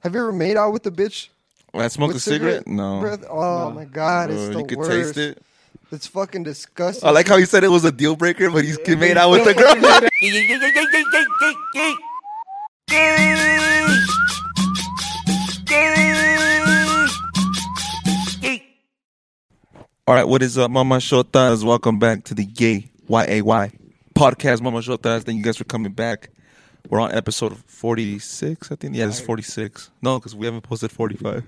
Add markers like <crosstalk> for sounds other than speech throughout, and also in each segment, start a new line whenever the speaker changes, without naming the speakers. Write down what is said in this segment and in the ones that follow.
Have you ever made out with a bitch?
When I smoked
with
a cigarette? No.
breath? Oh my god, it's
Uh,
the
you could
worst.
taste it.
It's fucking disgusting.
I like how you said it was a deal breaker, but he's made out with the girl. All right, what is up, Mama Shotas? Welcome back to the Gay YAY podcast, Mama Shotas. Thank you guys for coming back. We're on episode 46, I think. Yeah, this is 46. No, because we haven't posted 45.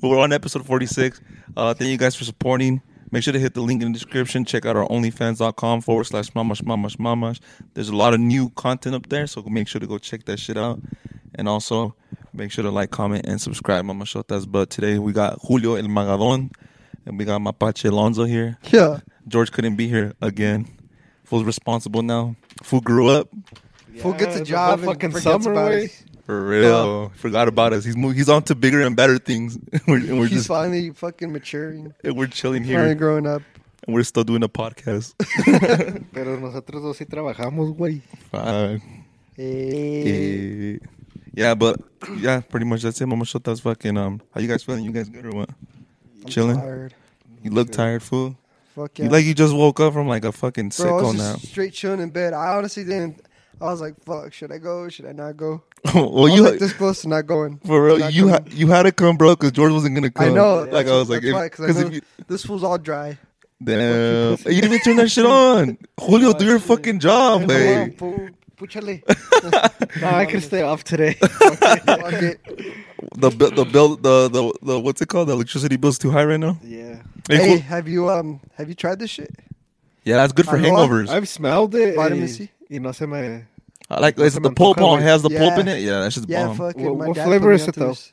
But we're on episode 46. Uh, thank you guys for supporting. Make sure to hit the link in the description. Check out our onlyfans.com forward slash mamash mamash mamash. There's a lot of new content up there, so make sure to go check that shit out. And also make sure to like, comment, and subscribe, Mama Shotas. But today we got Julio El Magadon and we got Mapache Alonso here.
<laughs> yeah.
George couldn't be here again. Fool's responsible now. Fool grew up.
Fool gets
it's
a
a
job and
motherfucking
forgets
summer,
about
way.
it.
For real. Uh, Forgot about us. He's moved, he's on to bigger and better things. <laughs> we're, <laughs> and we're
He's
just
finally fucking maturing,
and we're chilling
finally
here.
growing up.
And we're still doing a podcast. <laughs>
Pero nosotros dos sí trabajamos, güey.
Fuck.
Hey.
Eh, Yeah, but yeah, pretty much that's it. Mama shut that's fucking um how you guys feeling? You guys good or what? Chilling?
Tired.
You look tired, fool.
Fuck yeah.
You like you just woke up from like a fucking sick
Bro, I
on
was
now.
just straight chilling in bed. I honestly didn't. I was like, "Fuck, should I go? Should I not go?"
<laughs> well,
I
you
was like this close to not
<laughs>
going.
For real,
Not
you ha-
coming.
you had to come, bro, because George wasn't gonna come.
I know.
Like I was like,
That's why,
if- <laughs>
'cause I
because
know
if you,
this fool's all dry.
damn, you didn't even turn that shit
<laughs>
on. Julio, do your fucking job,
Come on,
hey.
fool. Púchale.
<laughs>
No, I can stay off today.
Fuck it.
The bill, the bill, the, the the what's it called? The electricity bill's too high right now.
yeah.
Hey,
Hey,
Jul-
have you um have you tried this shit?
yeah, that's good for
I know.
hangovers.
I've smelled it.
Vitamin
y-
C?
Y no se me...
I like it's the
Some
pulp
coconut.
on has the pulp
Yeah.
in it. Yeah, that's just
Yeah,
bomb.
fucking.
Um, Wha-
my
what
dad
flavor
put me
is it,
onto
though?
this.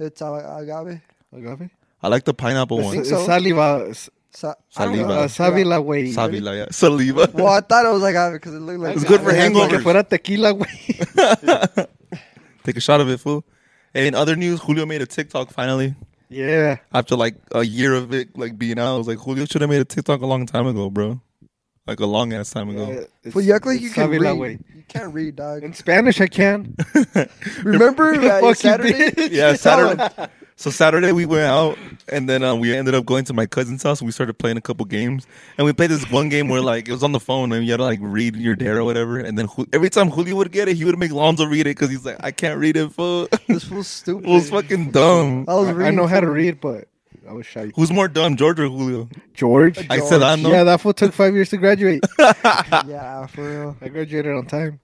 It's uh, agave.
Agave.
I like the pineapple
I
one.
think
S-
so.
Saliva. s-
Sa-
Saliva.
Uh, sábila, güey.
Saliva, yeah. <laughs> saliva.
Well, I thought it was agave because it looked like
It's good for
Ay, como Que
hangovers.
fuera tequila, güey.
Take a shot of it, fool. Hey, in other news, Julio made a TikTok finally
yeah.
after like a year of it like being out. I was like, Julio should have made a TikTok a long time ago, bro. Like a long ass time ago.
Uh, it's-
Well, you act like
it's
you can
sábila,
read.
güey.
You can't read, dog.
In Spanish, I can.
<laughs> Remember
The
that
fuck
<laughs>
you
Saturday?
did? <laughs>
yeah, Saturday. <laughs> so Saturday we went out, and then uh, we ended up going to my cousin's house. and We started playing a couple games, and we played this one game where like it was on the phone, and you had to like read your dare or whatever. And then Ju- every time Julio would get it, he would make Lonzo read it because he's like, I can't read it. Fool. <laughs> it
This fool's stupid.
was fucking dumb.
I was
I,
reading.
I know how to read, but I was shy.
Who's more dumb, George or Julio?
George?
I said I know.
Yeah, that fool took five years to graduate.
<laughs>
<laughs>
Yeah, for real.
I graduated on time.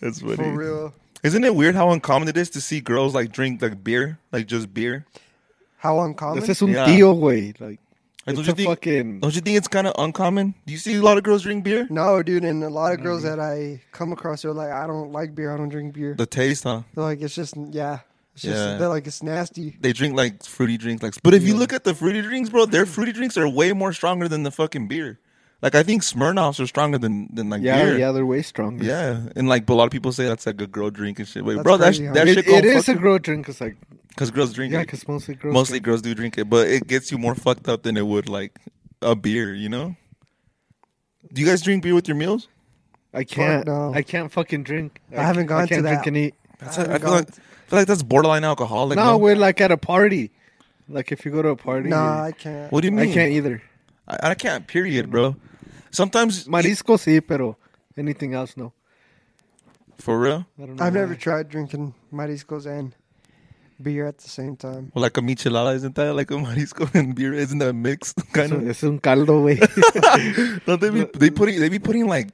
That's funny.
For real.
Isn't it weird how uncommon it is to see girls like drink like beer, like just beer?
How uncommon.
This is un
Yeah.
tío, güey. Like,
Like,
it's
don't you
a
think?
fucking...
Don't you think it's kind of uncommon? Do you see a lot of girls drink beer?
No, dude, and a lot of girls that I come across, they're like, I don't like beer. I don't drink beer.
The taste, huh?
They're like, it's just, yeah. It's just,
Yeah.
they're like, it's nasty.
they drink like fruity drinks. Like, but if you look at the fruity drinks, bro, their fruity drinks are way more stronger than the fucking beer. Like, I think Smirnoffs are stronger than than like
Yeah,
beer.
yeah, they're way stronger.
Yeah, and like a lot of people say that's like a girl drink and shit. But
That's
bro, that,
crazy, huh?
that
It,
shit
it
go
is a girl drink. It's like,
because girls drink
yeah,
it.
because mostly girls.
Mostly
drink.
girls do drink it, but it gets you more fucked up than it would like a beer. You know? Do you guys drink beer with your meals?
I can't.
no.
I can't fucking drink.
I haven't gone
I
to
can't
that.
drink and eat.
That's
I
I
haven't
feel like
gone-
I feel like that's borderline alcoholic.
no,
no?
we're like at a party. Like if you go to a party,
Nah,
I,
I can't.
What do you mean?
can't either.
I, I can't. Period, bro. Sometimes
Marisco sí, pero anything else no.
for real,
I don't know.
I've
why.
never tried drinking mariscos and beer at the same time.
Well, like a michelada, isn't that like a marisco and beer? Isn't that <laughs> mixed kind
So
of?
Es un caldo, güey.
Don't they be they putting they be putting like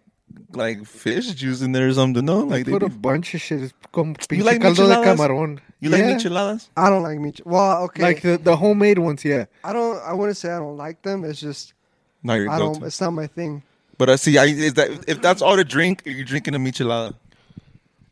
like fish juice in there or something? No, like
<laughs>
they
Put a
be-
bunch of shit. Es como pinche
like
caldo de
micheladas?
camarón.
you
Yeah.
like micheladas?
I don't like meat. Well, okay.
Like the, the homemade ones, yeah.
I don't. I wouldn't say I don't like them. It's just
No, you're
I don't.
good.
It's not my thing.
But I see. I is that if that's all to drink, you're drinking a michelada.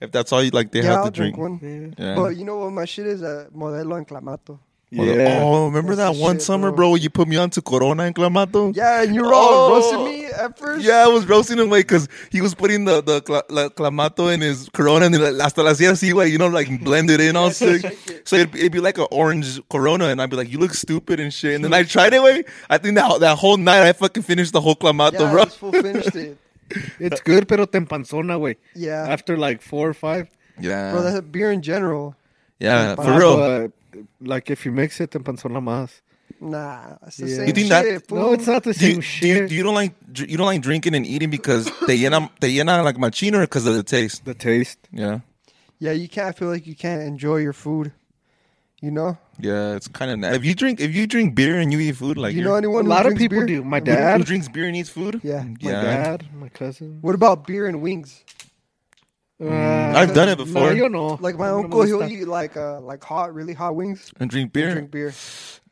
If that's all you like, they
yeah,
have
I'll
to drink.
drink, one.
Yeah.
Yeah.
But you know what? My shit is a Modelo and Clamato.
Well,
Yeah.
Oh, remember
That's
that
the
one
shit,
summer,
bro.
bro? you put me on to Corona and Clamato.
Yeah, and you were
Oh.
all roasting me at first.
Yeah, I was roasting him, like, because he was putting the, the cla- la- clamato in his corona and then, like, hasta la hacía así, like, you know, like, blended in all sick. So it'd, be- it'd be like an orange corona, and I'd be like, you look stupid and shit. And then I tried it, way. I think that, that whole night I fucking finished the whole clamato,
yeah.
bro.
This fool finished
<laughs>
it.
It's good, pero te empanzona, güey.
Yeah.
After like four or five.
Yeah.
Bro, that beer in general.
Yeah,
But
for
I
real.
But, like if you mix it, then panzona más.
Nah, it's the
Yeah.
same
You think that-
shit.
No,
fool.
it's not the
do
same
you, do
shit.
you, do you don't like dr- you don't like drinking and eating because they llena they llena like machina because of the taste.
the taste.
Yeah,
Yeah, you can't I feel like you can't enjoy your food. You know,
yeah, it's kind of if you drink if you drink beer and you eat food like
you
you're-
know
A
anyone? who
lot of
drinks
people
beer?
do. My
Everybody-
who
dad,
drinks beer and eats food.
Yeah.
my
yeah.
dad, my cousin.
What about beer and wings?
Uh,
I've done it
No,
before.
you know.
Like my
No me
uncle, he'll
gusta.
eat like uh like hot, really hot wings.
And drink
and
beer.
drink beer.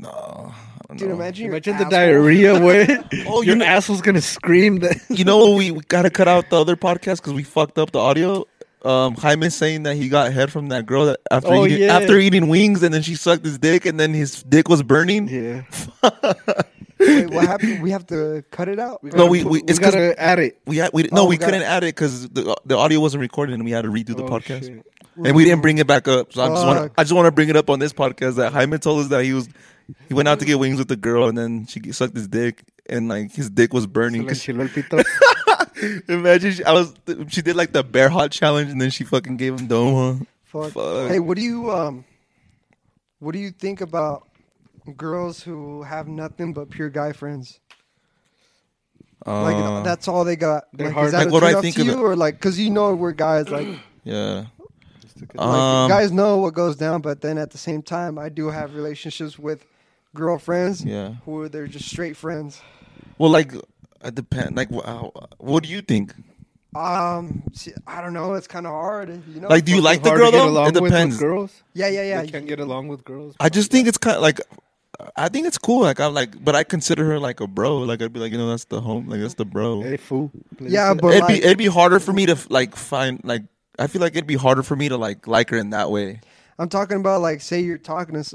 No, I don't
Dude,
know.
imagine your
Imagine the
asshole.
diarrhea <laughs> way.
<laughs> Oh,
oh,
you
your
know-
asshole's gonna scream that. <laughs>
You know what we, we gotta cut out the other podcast because we fucked up the audio. Um, Jaime saying that he got head from that girl that after
Oh,
eating,
yeah.
after eating wings and then she sucked his dick and then his dick was burning.
yeah.
Wait, what happened? We have to cut it out.
No, we,
Put-
we it's 'cause
we gotta add it.
we had, we no
Oh,
we
we got-
couldn't add it because the the audio wasn't recorded and we had to redo the
Oh,
podcast
shit.
and we didn't bring it back up. So I just want
Fuck.
I just want to bring it up on this podcast that Jaime told us that he was he went out to get wings with the girl and then she sucked his dick and like his dick was
Se
burning.
le
'cause she-
enchiló
<laughs>
el pito.
imagine she, I was she did like the bear hot challenge and then she fucking gave him doma.
Fuck.
Fuck.
Hey, what do you um, what do you think about girls who have nothing but pure guy friends? Like
Uh,
that's all they got.
They're
like,
hard-
Is that
Like,
a
what do I
turn-off
think
to
of
you,
it?
Or like, cause you know we're guys.
<clears throat>
Like,
yeah.
like
Um,
guys know what goes down, but then at the same time, I do have relationships with girlfriends.
Yeah.
Who they're just straight friends.
Well, like it depend. Like, wha- what do you think?
Um, see, I don't know. It's kind of hard. You know.
Like, do you like the
Hard to
girl
get
though?
along
It
with- with
depends.
girls.
Yeah, yeah, yeah.
They can't get along with girls.
I just think it's kind of like, I think it's cool. Like, I'm like, but I consider her like a bro. Like, I'd be like, you know, that's the home. Like, that's the bro.
Hey, fool. Let me
Yeah,
see
but
it'd
like,
be it'd be harder for me to like find like. I feel like it'd be harder for me to like like her in that way.
I'm talking about like, say you're talking to, s-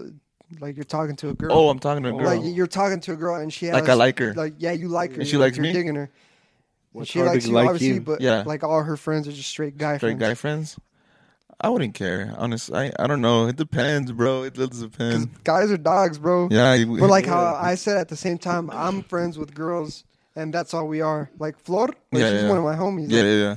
like you're talking to a girl.
Oh, I'm talking to a girl.
Like you're talking to a girl and she has
Like, I like her.
Like yeah, you like her.
And she
you're-
likes
you're
me?
Digging her. And
What's
she
hard to
likes you
like
obviously,
you?
but
Yeah.
like all her friends are just straight guy
Straight guy
friends.
friends. I wouldn't care, honestly. I, I don't know. It depends, bro. It does
Because <laughs>
depend.
guys are dogs, bro.
Yeah, you-
But like
<laughs>
how I said at the same time, I'm friends with girls, and that's all we are. Like Flor, like
Yeah,
she's
yeah.
one of my homies.
yeah,
Like,
yeah, yeah.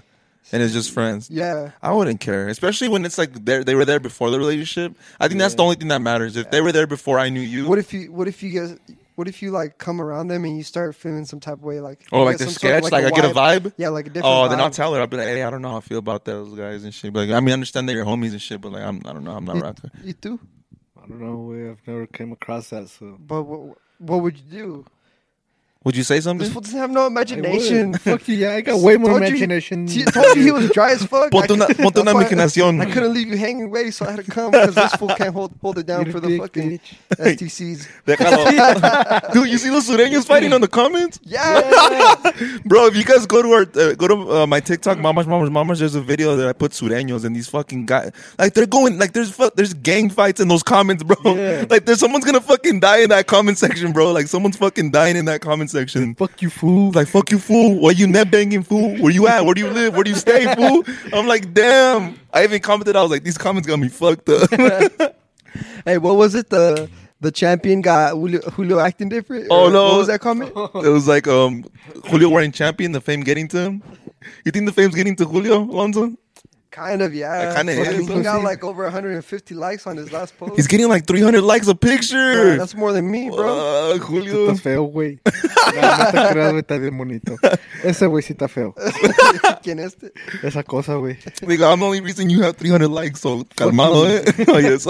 And it's just friends.
yeah.
I wouldn't care, especially when it's like they they were there before the relationship. I think that's the only thing that matters. If they were there before I knew you,
What if you? What if you guys? What if you like come around them and you start feeling some type of way, like
or
you
Oh, like
get
the
some sort
sketch,
of,
like, I get a vibe.
Yeah, like a different.
Oh, then I'll
vibe.
tell her. I'll be like, hey, I don't know how I feel about those guys and shit. But like, I mean, I understand they're your homies and shit, but like, I'm, I don't know, I'm not rocking.
You too.
I don't know. we- I've never came across that. So
But what, what would you do?
Would you say
This
something?
fool doesn't have no imagination.
Fuck you. Yeah, I got way more
Told you-
imagination.
He told you he was dry as fuck. <laughs> I
Ponte una,
cou-
ponte
that's
una
why
imaginación.
I couldn't leave you hanging away, so I had to come because this fool can't hold hold it down
You
for the
big
fucking
bitch.
STCs. <laughs>
Déjalo. Dude, you see los sureños fighting on the comments, <laughs>
Yeah,
bro. If you guys go to our, uh, go to uh, my TikTok, mamas, mamas, mamas. There's a video that I put sureños and these fucking guys. Like they're going, like there's fu- there's gang fights in those comments, bro.
Yeah.
<laughs> Like there's someone's gonna fucking die in that comment section, bro. Like someone's fucking dying in that comment section.
Fuck you, fool.
Like fuck you, fool. Why you net banging, fool? Where you at? Where do you live? Where do you stay, fool? I'm like, damn. I even commented. I was like, these comments got me fucked up. <laughs>
hey, what was it? The the champion got Julio, Julio acting different.
Oh,
Or
no.
what was that comment?
It was like um, Julio wearing champion, the fame getting to him. You think the fame's getting to Julio Alonso?
Kind of, yeah.
That kinda
Fucking
is,
He got like over 150 likes on his last post.
He's getting like 300 likes a picture.
Yeah, that's more than me, <laughs> bro.
Uh, Julio.
Estás feo, güey. No, no te creas, güey, está bien bonito. Ese güey sí está feo.
uh, <laughs>
¿Quién es este?
Esa cosa, güey.
Nigga, I'm the only reason you have 300 likes, so calmado,
<laughs>
eh? oh, yes.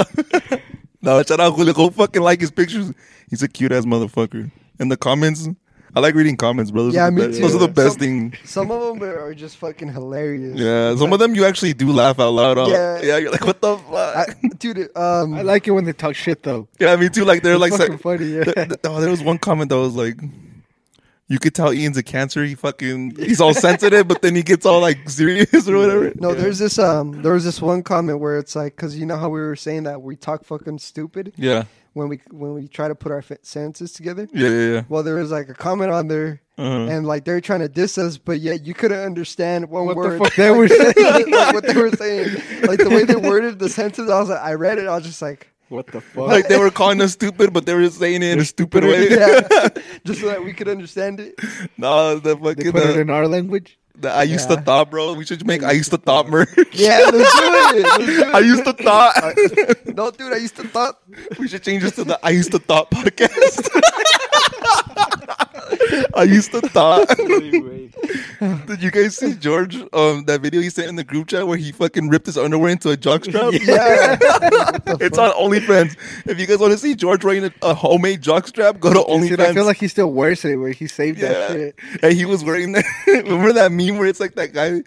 no, shout out Julio. Go fucking like his pictures. He's a cute ass motherfucker. And the comments, I like reading comments, bro. Those
Yeah,
are the
me
best,
too.
Those are the best
Some-
thing.
Some of them are just fucking hilarious.
Yeah, some of them you actually do laugh out loud. On. Yeah.
Yeah.
you're like, what the fuck?
I, dude, um,
I like it when they talk shit, though.
Yeah, me too. Like they're
It's
like,
fucking
sa-
funny, yeah.
th- th- oh, there was one comment that was like, you could tell Ian's a cancer. He fucking he's all sensitive, but then he gets all like serious or whatever.
No, there's this um, there was this one comment where it's like, cause you know how we were saying that we talk fucking stupid
yeah,
when we when we try to put our fa- sentences together.
yeah, yeah. yeah.
Well, there was like a comment on there,
Uh-huh.
and like they're trying to diss us, but yet you couldn't understand one
What the
word.
fuck they <laughs>
<laughs>
were saying?
like, what they were saying, like the way they worded the sentence, I was like, I read it, I was just like,
What the fuck?
Like they were calling us stupid, but they were saying it in a stupid way. <laughs>
yeah, just so that we could understand it.
no, the
they
fucking
put it
uh,
in our language?
The I used to
Yeah.
thought, bro. We should make I used to thought merch. <laughs>
Yeah, let's do it.
I used to thought.
Let's- No, dude, I used to thought.
We should change this to the I used to thought podcast. <laughs> I used to thought. Did you guys see George? Um, that video he sent in the group chat where he fucking ripped his underwear into a jockstrap.
Yeah.
<laughs> it's on OnlyFans. If you guys want to see George wearing a, a homemade jockstrap, go to
Dude, I feel
OnlyFans.
like he still wears it, where he saved that
yeah,
shit.
and he was wearing that. <laughs> Remember that meme where it's like that guy,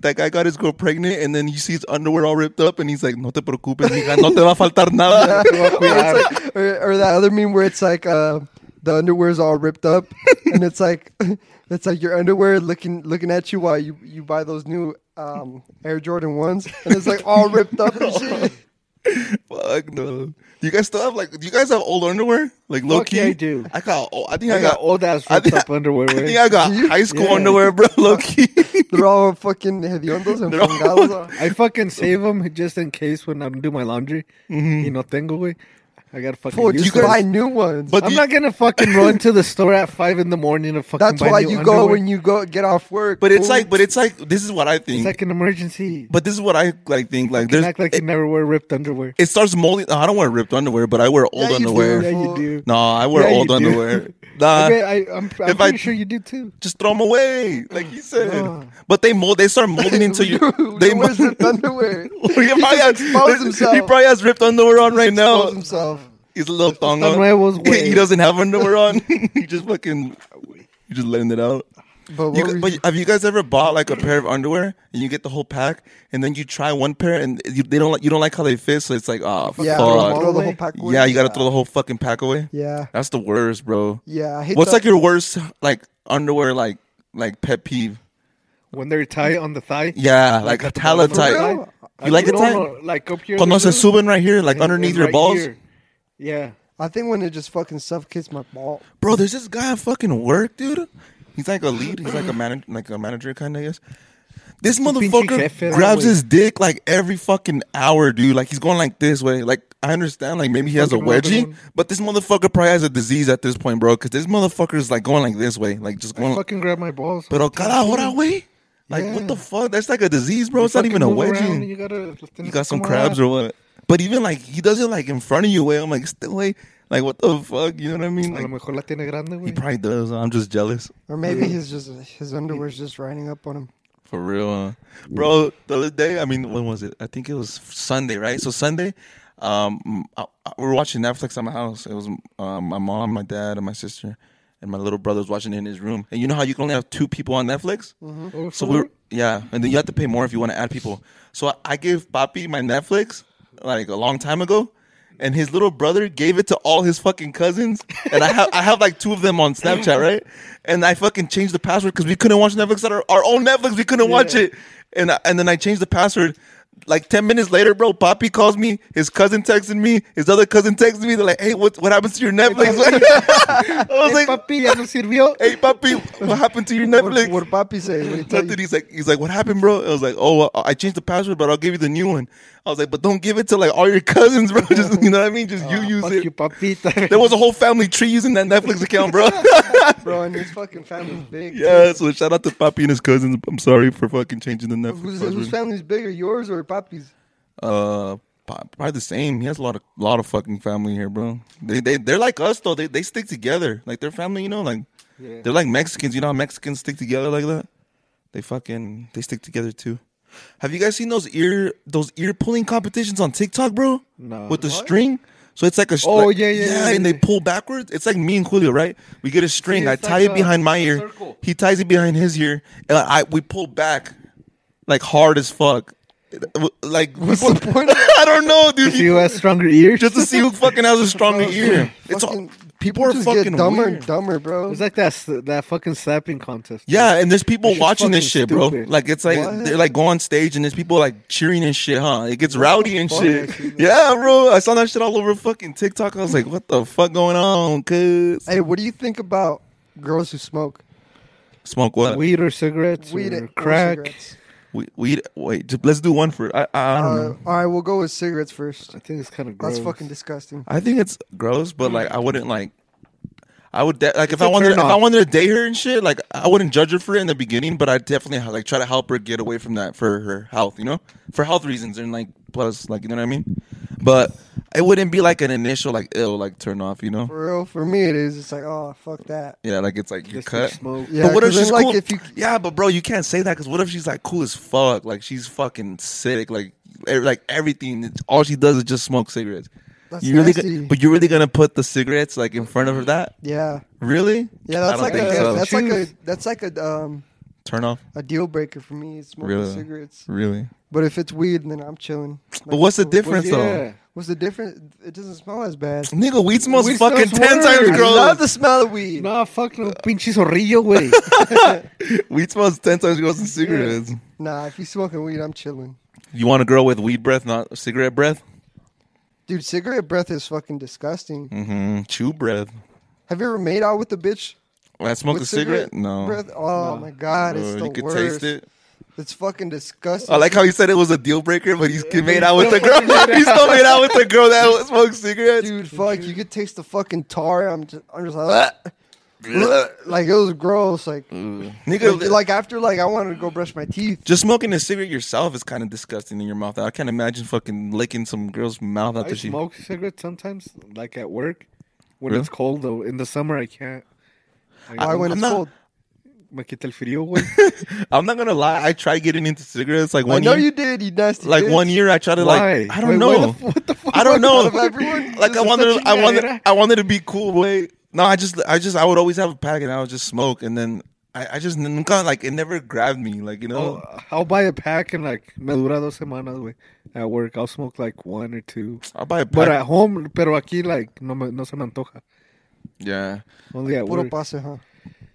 that guy got his girl pregnant, and then you see his underwear all ripped up, and he's like, "No te preocupes, mija, no te va a faltar
<laughs>
nada." <laughs>
Te voy a cuidar.
It's like- or, or that other meme where it's like uh, the underwear's all ripped up, and it's like <laughs> it's like your underwear looking looking at you while you, you buy those new um, Air Jordan ones, and it's like all ripped up and
<laughs>
shit.
Fuck no. You guys still have like? Do you guys have old underwear? Like low
Fuck
key,
yeah, I do.
I got. Old, I think I,
I got
got.
old ass
I
ripped
think
up underwear.
I
where-
think I got
<laughs>
Do you?
high school
Yeah.
underwear, bro. <laughs> Low
<laughs>
key.
They're all fucking hediondos and
They're all-
fungados. <laughs>
I fucking save them just in case when I don't do my laundry. Y no tengo, güey. I gotta fucking
Fool,
use
just
guys-
those.
buy new ones.
But
I'm
you-
not gonna fucking run to the store at five in the morning to fucking.
That's
buy
why
new
you
underwear.
go when you go get off work.
But it's
fool.
like. But it's like. This is what I think.
It's like an emergency.
but this is what I like think. Like
You
there's.
act like you
it,
never wear ripped underwear.
it starts molding. I don't wear ripped underwear, but I wear old
you do.
underwear.
Yeah, you
fool.
do.
No, I wear
Yeah, you
old
do. <laughs>
underwear. Nah,
Okay, I, I'm, I'm
If
pretty
I-
sure you do too.
just throw them away, like you said.
No.
But they mold. They start molding
<laughs>
into you.
they <laughs>
They
who
mo-
wears ripped underwear.
<laughs> he, probably
just
has,
exposed himself.
he probably has ripped underwear on right now.
Calls himself.
He's a little thong
Está
on.
nuevos,
<laughs>
güey.
he doesn't have
<laughs>
underwear on. <laughs> he just fucking, he just letting it out.
But, what
You,
were
gu-
you-
but have you guys ever bought like a pair of underwear and you get the whole pack and then you try one pair and you, they don't like you don't like how they fit, so it's like oh
yeah,
fuck.
throw the whole
away.
pack away.
yeah, you gotta throw the whole fucking pack away.
Yeah,
That's the worst, bro.
yeah. I hate
What's
that.
like your worst like underwear like like pet peeve?
When they're tight on the thigh.
Yeah, like a tala
For
tight.
real?
You like it
No,
tight?
no, Like up here.
Cuando
like
se
this,
suben right here, like
and-
underneath
and
your
right
balls.
here. Yeah.
I think when it just fucking suffocates my ball.
bro, there's this guy at fucking work, dude. He's like a lead. He's like a manager, like a manager kind of, I guess. This
pinche
motherfucker
jefe,
grabs
güey.
his dick like every fucking hour, dude. Like he's going like this way. Like I understand, like maybe he has a
Fucking another
wedgie,
one.
but this motherfucker probably has a disease at this point, bro. Because this motherfucker is like going like this way, like just going. Like,
Fucking grab my balls.
Oh. pero cada hora, way. Like what
Yeah.
the fuck? That's like a disease, bro. It's not
Fucking
even a
move around and
wedgie.
You, gotta,
You got some crabs or what? But even like he does it like in front of you, way. I'm like, still, way. Like what the fuck? You know what I mean?
A lo
Like,
mejor la tiene grande,
he
güey.
probably does. I'm just jealous.
Or maybe he's just his underwear's just riding up on him.
For real, huh? bro. The other day, I mean, when was it? I think it was Sunday, right? So Sunday, um, I, I- we were watching Netflix at my house. It was um, my mom, my dad, and my sister, and my little brother was watching it in his room. And you know how you can only have two people on Netflix?
Oh,
So
for
we,
real?
were, yeah, and then you have to pay more if you want to add people. So I, I gave Papi my Netflix like a long time ago. And his little brother gave it to all his fucking cousins, and I have I have like two of them on Snapchat, right? And I fucking changed the password because we couldn't watch Netflix on our, our own Netflix. We couldn't watch it, and I, and then I changed the password. Like ten minutes later, bro, Papi calls me. His cousin texted me. His other cousin texted me. They're like, "Hey, what what happens to your Netflix?" <laughs> I was
Hey,
like,
papi, ya no sirvió.
<laughs> "Hey, Papi, what happened to your
What,
Netflix?"
what Papi say? What he tell
Nothing.
you?
He's like, he's like, what happened, bro? I was like, oh, I I changed the password, but I'll give you the new one. I was like, but don't give it to like all your <laughs> cousins, bro. Just you know what I mean? Just you use
Fuck
it.
you,
<laughs>
papita. <laughs>
There was a whole family tree using that Netflix account, bro. <laughs>
bro, and his fucking family's big. too.
yeah. So shout out to Papi and his cousins. I'm sorry for fucking changing the Netflix
Who's, whose
password.
family's bigger, yours or Papi's?
Uh, Pa- probably the same. He has a lot of lot of fucking family here, bro. They they they're like us though. They they stick together. Like their family, you know, like
Yeah.
they're like Mexicans. You know how Mexicans stick together like that? They fucking they stick together too. Have you guys seen those ear those ear pulling competitions on TikTok, bro?
No.
With the string. So it's like a
Oh,
like-
yeah, yeah, yeah,
and
yeah.
they pull backwards. It's like me and Julio, right? We get a string. I
it's
tie
like
it
a-
behind my
a
ear.
circle.
He ties it behind his ear, and I we pull back like hard as fuck.
<laughs>
Like what's
the
<laughs>
point of
I don't know, dude.
Do you have stronger ears?
just to
<laughs>
see who fucking has
<laughs>
a stronger ear. It's all,
Fucking-
people are
just
fucking
get dumber
weird.
and dumber, bro.
It's like that s- that fucking slapping contest.
Yeah, and there's people
shit's
watching this
fucking
shit, bro.
stupid.
Like it's like
What?
they're like go on stage and there's people like cheering and shit, huh? It gets rowdy and
fuck? <laughs>
shit. Yeah, bro. I saw that shit all over fucking TikTok. I was like, what the fuck going on, cuz?
hey, what do you think about girls who smoke
Smoke what?
Weed or cigarettes
weed
or
and- or
crack.
cigarettes?
We, weed. Wait, just, let's do one for. I, I, I don't
Uh,
know.
all right, we'll go with cigarettes first.
I think it's kind of gross.
That's fucking disgusting.
I think it's gross, but like I wouldn't like. I would de- like if
a
I wanted if
turn-off.
I wanted to date her and shit. Like I wouldn't judge her for it in the beginning, but I definitely like try to help her get away from that for her health, you know, for health reasons and like plus like you know what I mean. But it wouldn't be like an initial like ill like turn off, you know.
For real, for me, it is. It's like, oh, fuck that.
Yeah, like it's like you
Just
cut.
like smoke.
Yeah,
but what if
'cause then,
she's
like,
cool?
if you-
yeah, but bro, you can't say that because what if she's like cool as fuck? Like she's fucking sick. Like e- like everything. All she does is just smoke cigarettes.
That's
you really, go-
nasty.
but you're really gonna put the cigarettes like in front of her? That
Yeah,
really?
yeah.
I
That's
don't
like
think
a
so.
that's like a
Choose.
that's like a um
turn off.
a deal breaker for me. Is smoking
Really?
cigaretes.
Really?
But if it's weed, then I'm chilling.
But what's the
difference?
Well,
difference though?
What's the difference? It doesn't smell as
<laughs>
bad.
Nigga, weed smells
Weed
fucking
smells
ten
worse.
times
I love
gross.
the smell of weed.
Nah, fuck no, pinche zorrillo,
<laughs>
güey.
weed smells ten times gross than cigarettes.
Nah, if you smoking weed, I'm chilling.
You want a girl with weed breath, not cigarette breath?
Dude, cigarette breath is fucking disgusting.
Mm-hmm. Chew breath.
Have you ever made out with a bitch?
When I smoke
with
a cigarette? No.
Breath? Oh
No.
my god, it's
Bro,
the
you could
worst.
taste it.
It's fucking disgusting.
I like how you said it was a deal breaker, but he's made out
<laughs>
with the girl. he's still made out with the girl that smokes cigarettes.
dude. Fuck, you could taste the fucking tar. I'm just, I'm just
<laughs>
like, like it was gross. Like,
Nigga,
like,
like,
like, after like I wanted to go brush my teeth.
just smoking a cigarette yourself is kind of disgusting in your mouth. I can't imagine fucking licking some girl's mouth
I
after she.
smoke cigarettes sometimes, like at work, when
Really?
it's cold though. In the summer, I can't. I,
Why when
I'm
it's
not-
cold?
me quita el frío, güey.
<laughs> I'm not gonna lie. I tried getting into cigarettes like
I
one
know
year.
you did. You nasty.
like
bitch.
one year, I tried to like.
Why?
I don't
Wait, why the
know.
f- what the
<laughs>
fuck?
I don't know.
Out of everyone,
<laughs> like I
this is
wanted,
such a
I wanted,
chingadera.
I wanted to be cool, way. No, I just, I just, I would always have a pack, and I would just smoke, and then I, I just nunca like it never grabbed me, like you know.
I'll, I'll buy a pack and like me dura dos semanas, güey. At work, I'll smoke like one or two.
I'll buy a pack.
But at home, pero aquí like no me, no se me antoja.
yeah.
Only at
Puro
work.
pase, huh?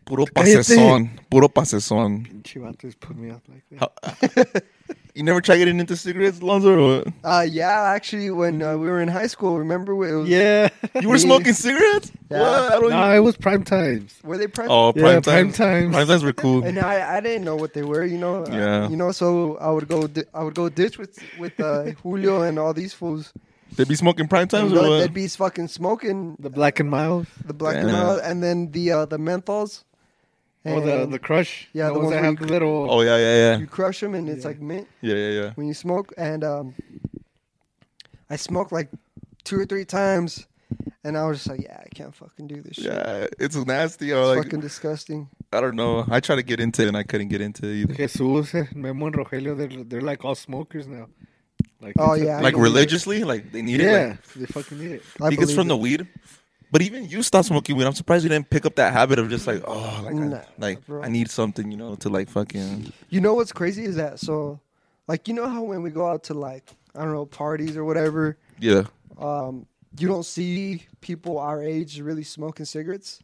Puro
Cállate.
pasezón. Puro pasezón.
Chivatos put me up like that.
How- You never try getting into cigarettes, Lonzo? Or what?
Uh, yeah, actually, when uh, we were in high school, remember? It was,
<laughs>
<laughs> Yeah. <laughs>
You were
Me.
smoking cigarettes?
Yeah.
What? I don't
nah, it was prime times.
Were they private?
Oh, prime
Yeah,
times.
prime times.
Prime times were cool.
And I, I didn't know what they were, you know. uh,
Yeah.
You know, so I would go, di- I would go ditch with with uh, <laughs> Julio and all these fools.
They'd be smoking prime times
And
or
they'd,
what?
they'd be fucking smoking
The black and mild.
the black
Yeah.
and all, and then the uh, the menthols.
Or Oh, the
And
the crush.
Yeah,
the
the
ones
ones
that
where
have
you-
the little.
oh, yeah, yeah, yeah.
you crush them, and it's
Yeah.
like mint
Yeah, yeah, yeah.
when you smoke. And um, I smoked like two or three times, and I was just like, yeah, I can't fucking do this shit.
Yeah, it's nasty. Or
It's
like,
fucking disgusting.
I don't know. I tried to get into it and I couldn't get into it either.
Jesus, eh, Memo, and Rogelio, they're, they're like all smokers now. Like
Oh,
it's a
yeah,
thing.
Like
believe it.
religiously, like they need it.
yeah,
Like,
they fucking need it.
I
because
believe
from
it.
the weed. But even you stopped smoking weed. I'm surprised you didn't pick up that habit of just like, oh, like,
Nah,
I, like
bro.
I need something, you know, to like fucking.
You know what's crazy is that so, like you know how when we go out to like I don't know parties or whatever,
Yeah.
um, you don't see people our age really smoking cigarettes.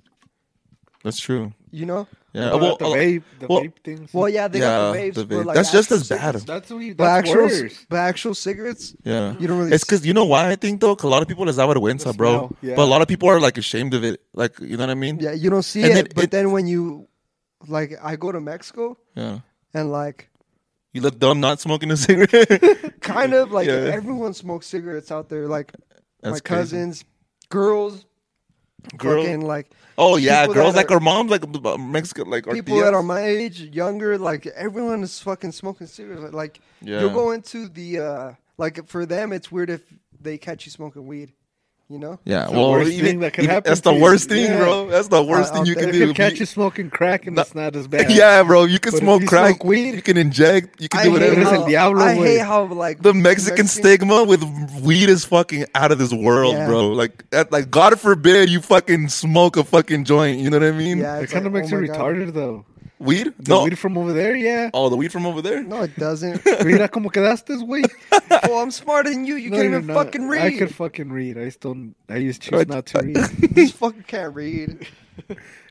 That's true.
You know?
Yeah.
But
well,
the
uh,
vape, the
well-
vape things.
Well, yeah, they got the
Yeah,
vapes,
the
but
vape.
like
That's just
actual
as bad.
cigarettes-
that's what you.
But
That's
actual,
worse.
but actual cigarettes,
Yeah.
you don't really.
It's because you know why I think though, 'Cause a lot of people is
The
vergüenza, bro.
smell, yeah.
But a lot of people are like ashamed of it. Like you know what I mean?
yeah, you don't see
And
it,
then
But
it-
then when you, like, I go to Mexico
Yeah.
and like,
You look dumb not smoking a
<laughs>
cigarette.
kind of like
Yeah.
everyone smokes cigarettes out there. Like my
That's crazy.
cousins, girls,
Girl.
fucking like
oh yeah,
people
girls
that
like our moms, like uh, Mexican, like our
people that
tías.
are my age, younger, like everyone is fucking smoking cigarettes. Like
Yeah.
you'll go into the uh like for them, it's weird if they catch you smoking weed. You know?
Yeah.
the
Well,
worst
even-
thing that could
even-
happen
that's the
to you.
worst thing,
Yeah.
bro. That's the worst
Uh,
thing you
out
can
there.
They
do.
can catch
You-
you
<laughs>
smoking crack, and it's not as bad.
yeah, bro. You can
But if
smoke
you
crack.
smoke weed-
you can inject. You can do whatever.
hate
Eres el
how,
diablo,
I hate
güey.
how like
the Mexican stigma with weed is fucking out of this world,
Yeah.
bro. Like, that, like God forbid you fucking smoke a fucking joint. You know what I mean?
Yeah,
it
it's
kind of
like,
makes
oh
you
my God.
retarded though.
Weed?
The
No.
weed from over
<laughs>
there, yeah.
Oh, the weed from over there?
No, it
<laughs>
doesn't.
Mira cómo quedaste, güey.
well, I'm smarter than you. You
No,
can't
you're
even
not.
fucking
I
read.
can fucking read. I still, I used to choose
Right.
not to
<laughs>
read.
<laughs>
<laughs>
You fucking can't read.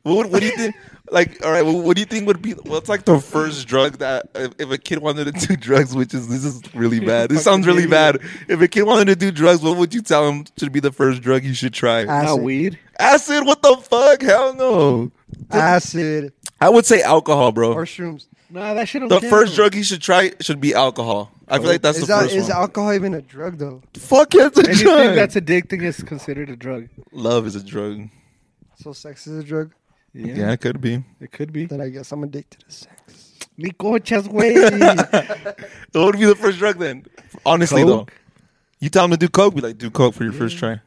What, what do you think? Like, all right, what, what do you think would be? What's like the first drug that if, if a kid wanted to do <laughs> drugs, which is this is really bad. This sounds really bad. If a kid wanted to do drugs, what would you tell him should be the first drug you should try?
Not
Acid.
weed.
Acid? What the fuck? Hell no. <laughs>
Acid
I would say alcohol, bro.
or shrooms.
Nah, that shit. don't
The
count.
first drug you should try should be alcohol. I feel like that's the
is that-
first
is
one.
alcohol even a drug though?
fuck, it's a
Anything
drug.
that's addicting is considered a drug.
Love is a drug.
So sex is a drug.
Yeah,
Yeah,
it could be.
it could be.
Then I guess I'm addicted to sex.
Mi cochas,
<laughs>
güey.
What would be the first drug then? Honestly,
Coke?
though, you tell him to do coke, be like, do coke for your first try.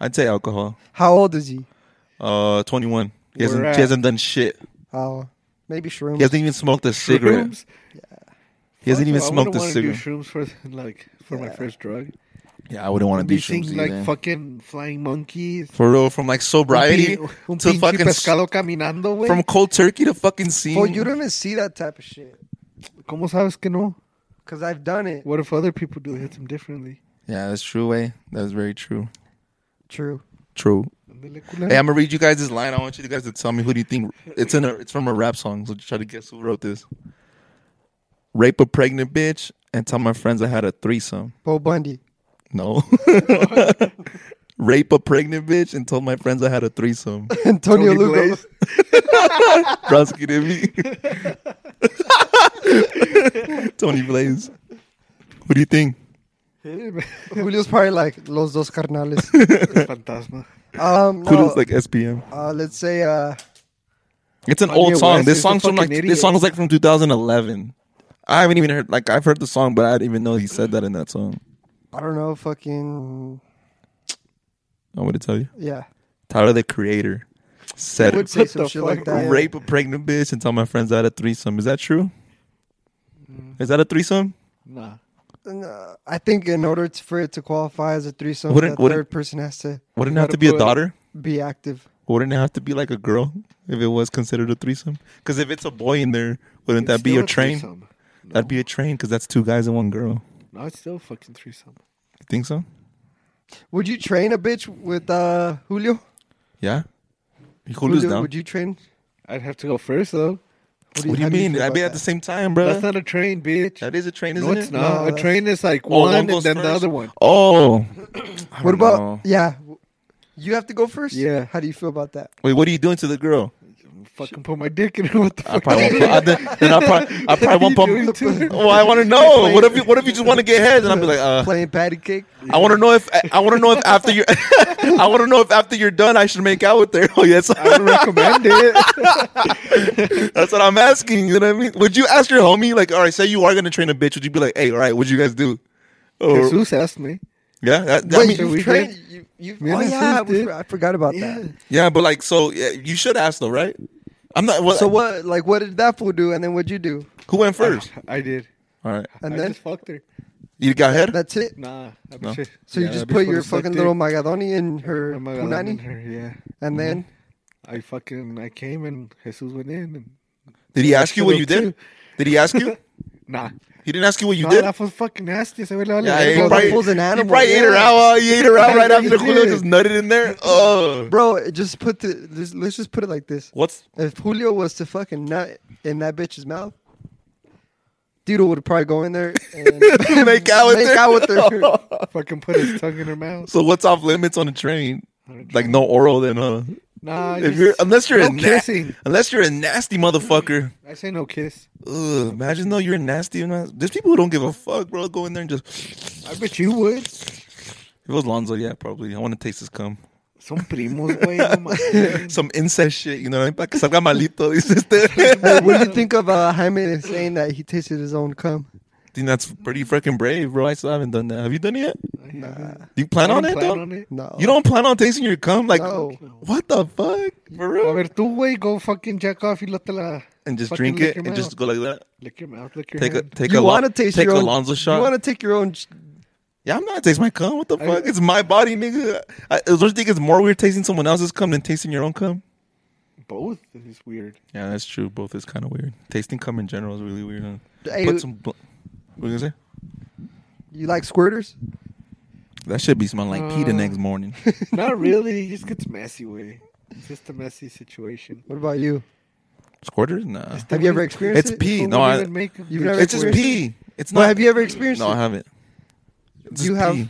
I'd say alcohol.
How old is he?
Uh, 21. He
We're
hasn't,
at-
he hasn't done shit.
Oh, maybe shrooms.
He hasn't even smoked a cigarette.
Shrooms?
He hasn't even
Well, I
smoked a
wouldn't wanna do
cigarette.
Shrooms for like for my
Yeah.
first drug.
Yeah, I wouldn't want
Be seeing like fucking flying monkeys.
for real, from like sobriety
Un, pin- un
to
pinche
fucking s-
pescado caminando, güey.
from cold turkey to fucking seeing.
Fool, you don't even see that type of shit.
¿Cómo sabes que no?
Cause I've done it.
What if other people do hit them differently?
yeah, that's true, way. That's very true.
True.
True.
Ándale, culero.
Hey, I'm gonna read you guys this line. I want you guys to tell me who do you
<laughs>
think it's in a it's from a rap song, so try to guess who wrote this. Rape a pregnant bitch and tell my friends I had a threesome.
Bo Bundy. <laughs>
No. <laughs> Rape a pregnant bitch and told my friends I had a threesome.
Antonio
Tony
Lugo.
Blaze.
Prosecuted me. <laughs> Tony Blaze. What do you think?
<laughs> Julio's probably like Los Dos
<laughs>
Carnales.
El Eh, <laughs> fantasma.
Um,
Who
no,
looks like SPM?
uh, let's say uh,
It's an
Kanye
old song.
West
This
is a
song's from like
fucking
this
idiot.
song was like from 2011. I haven't even heard like I've heard the song, but I didn't even know he said that in that song.
I don't know, fucking
I want to tell you. <laughs>
yeah.
Tyler the Creator said
would say
What
some
the
shit
fuck?
like that.
rape a pregnant bitch and tell my friends I had a threesome. Is that true?
Mm.
Is that a threesome?
Nah.
And, uh, I think in order to, for it to qualify as a threesome,
Wouldn't-
that
wouldn't-
third person has to
Wouldn't it
You
have
gotta
to be a
put-
daughter?
be active.
Wouldn't it have to be like a girl if it was considered a threesome? Because if it's a boy in there, wouldn't
It's
that be
still
a train?
threesome. No.
That'd be a train because that's two guys and one girl.
No, it's still fucking threesome.
You think so?
Would you train a bitch with uh, Julio?
Yeah. Julio's
Julio,
down.
Would you train?
I'd have to go first though.
what do
how
you mean?
feel
I'd
about
be at
that?
the same time, bro.
That's not a train, bitch.
Uh, That is a train, isn't
no, it's
it?
No,
not. a
that's-
train is like
Oh,
one
one
and
goes
then the
first?
other one.
Oh. I
What
don't
about
know.
yeah? w- You have to go first.
Yeah.
How do you feel about that?
Wait, what are you doing to the girl?
Fucking put my dick in her. What the
I Ah,
fuck?
probably won't. Put, I, then, then I probably, I probably won't
What are you
pump.
doing to her?
Oh, I want to know. What if you, what if you just want to get head? And I'll be like, uh,
Playing patty cake.
I want to know if I, want to know if after you, <laughs> I want to know if after you're done, I should make out with her. <laughs> Oh yes,
<laughs> I would recommend it.
that's what I'm asking. You know what I mean? Would you ask your homie like, all right, say you are gonna train a bitch? Would you be like, hey, all right, what'd you guys do? Or,
Jesus asked me.
yeah, that, that- I
Wait,
mean-
so we
you've trained. You, you've,
Me and
oh
my
yeah,
sis
we
did.
for- I forgot about
Yeah.
that.
yeah, but like, so yeah, you should ask though, right? I'm not. What,
So what? Like, what did that fool do? And then what'd you do?
Who went first?
I did.
All right,
And
I
then
just fucked her.
you got head.
that's it.
Nah. that
No.
bitch-
So
yeah,
you just
that bitch
put your
would've sucked
fucking
dick.
little magadoni in her
Oh my God, I'm in
punani,
her, Yeah.
and then
I fucking I came and Jesus went in and
Did he ask you what you did? Did he
<laughs>
ask you?
nah.
He didn't ask you what you
no,
did.
that was fucking nasty. Se me la
Yeah,
verga,
he
Well, that
probably,
güey.
fool's an
he
animal,
probably ate her
yeah.
out. uh, He ate her out right
Yeah,
after
he
Julio
did.
just nutted
<laughs>
in there. Oh,
bro, it just put the let's, let's just put it like this:
what's
if Julio was to fucking nut in that bitch's mouth, Dudo would probably go in there
<laughs>
and
<laughs> make out with
make
her?
out with her.
fucking put his tongue in her mouth.
<laughs> So what's off limits on a train?
On a
Like no oral then, huh?
Nah, I
If
just-
you're unless you're
no
a na-
kissing.
unless you're a nasty motherfucker.
I say no kiss.
Ugh, imagine though you're nasty. and not- There's people who don't give a fuck, bro. Go in there and just. If
I bet you would.
it was Lonzo, yeah, probably. I want to taste his
<laughs>
cum.
Son primos, güey.
<laughs>
no mames.
Some incest shit, you know what I mean? Para que salga <laughs> malito, dice este.
Hey, what do you think of uh, Jaime saying that he tasted his own cum?
I think that's pretty freaking brave, bro. I still haven't done that. Have you done it yet?
I
You plan on
don't
it,
plan
though?
on it.
No,
You don't plan on tasting your cum? Like,
No.
what the fuck? For
A
real?
ver, tú, güey, go fucking jack off y let la.
And just
fucking
drink
lick
it
your
and just
mouth.
go like that.
lick your mouth, lick your
Take a
hand.
take
You
a
want to
Lon-
taste
take
your
a
own
Lonzo shot.
You want to take your own. sh-
Yeah, I'm not gonna taste my cum. What the
I-
fuck? It's my body, nigga. I, don't you think it's more weird tasting someone else's cum than tasting your own cum?
Both is weird.
Yeah, that's true. Both is kind of weird. Tasting cum in general is really weird. Huh?
Hey,
Put some. Bl- what you gonna say?
You like squirters?
That should be smelling like pee the
Uh.
next
<laughs>
morning.
Not really. It just gets messy, way. It's just a messy situation.
What about you?
Squirters? Nah.
Have you ever experienced
It's
it?
pee.
Who
No,
would
I-
even make a
You've
bitch
never
It's just
Squirters?
pee. It's
But
not.
have you ever experienced
No,
it?
I haven't. It's
You
just
have-
pee.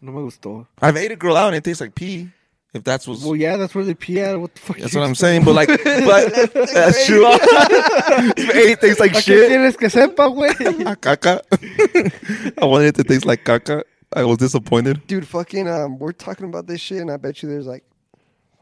No me gustó.
I've ate a girl out and it tastes like pee. If that's what's.
Well, yeah, that's where they pee at. What the fuck?
that's what I'm
<laughs>
saying. But like, but that's true. <laughs> it tastes like
¿Para <laughs> qué
shit.
quieres que
<laughs>
sepa, güey?
Ah, caca. I wanted it to taste like caca. I was disappointed.
Dude, fucking, um, we're talking about this shit, and I bet you there's like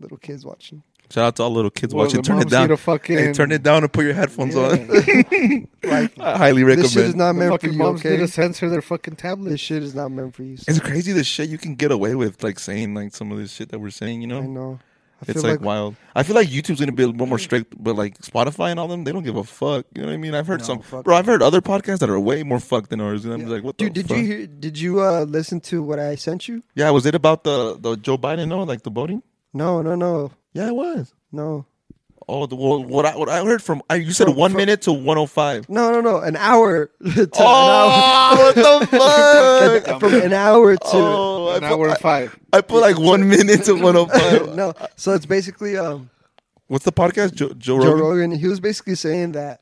little kids watching.
Shout out to all little kids
Well,
watching.
the
Turn it
moms need
down.
to fucking-
Hey, turn it down and put your headphones on.
Like
<laughs> I highly recommend.
this shit is not
The
meant for
fucking
you.
moms need
Okay,
to censor their fucking
this
tablets.
shit is not meant for you. son.
It's crazy the shit you can get away with, like saying like some of this shit that we're saying. You know,
I know. I
it's
feel
like, wild. I feel like YouTube's gonna be a little more strict, but like Spotify and all them, they don't give a fuck. You know what I mean? I've heard
No,
some,
fuck
bro. I've heard other podcasts that are way more fucked than ours, and I'm like, what?
dude,
the
did
fuck?
you hear? Did you uh, listen to what I sent you?
Yeah, was it about the the Joe Biden? No, like the voting.
No, no, no,
Yeah, it was.
no,
Oh, the, well, what I what I heard from I, you said one minute to one oh five.
no, no, no. An hour. <laughs> to
Oh, what the
an
fuck?
hour, <laughs> from an hour to
Oh, I
An hour
put,
and five.
I, I put like one minute to one oh five.
<laughs> no. So it's basically um,
<laughs> What's the podcast? Joe, Joe
Joe
Rogan.
Rogan. He was basically saying that,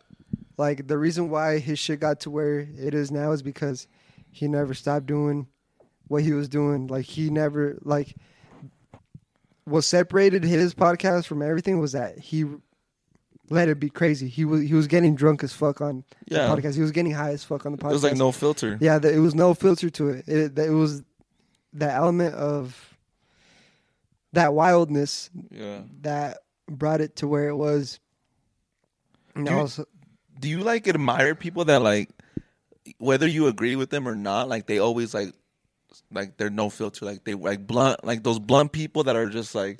like, the reason why his shit got to where it is now is because he never stopped doing what he was doing. Like, he never like what separated his podcast from everything was that he let it be crazy. He was he was getting drunk as fuck on
Yeah.
the podcast. He was getting high as fuck on the podcast.
There's like no filter.
Yeah, there, it was no filter to it. It, that it was that element of that wildness
yeah.
that brought it to where it was. And
Do you-
also-
do you like admire people that like whether you agree with them or not like they always like like they're no filter like they like blunt like those blunt people that are just like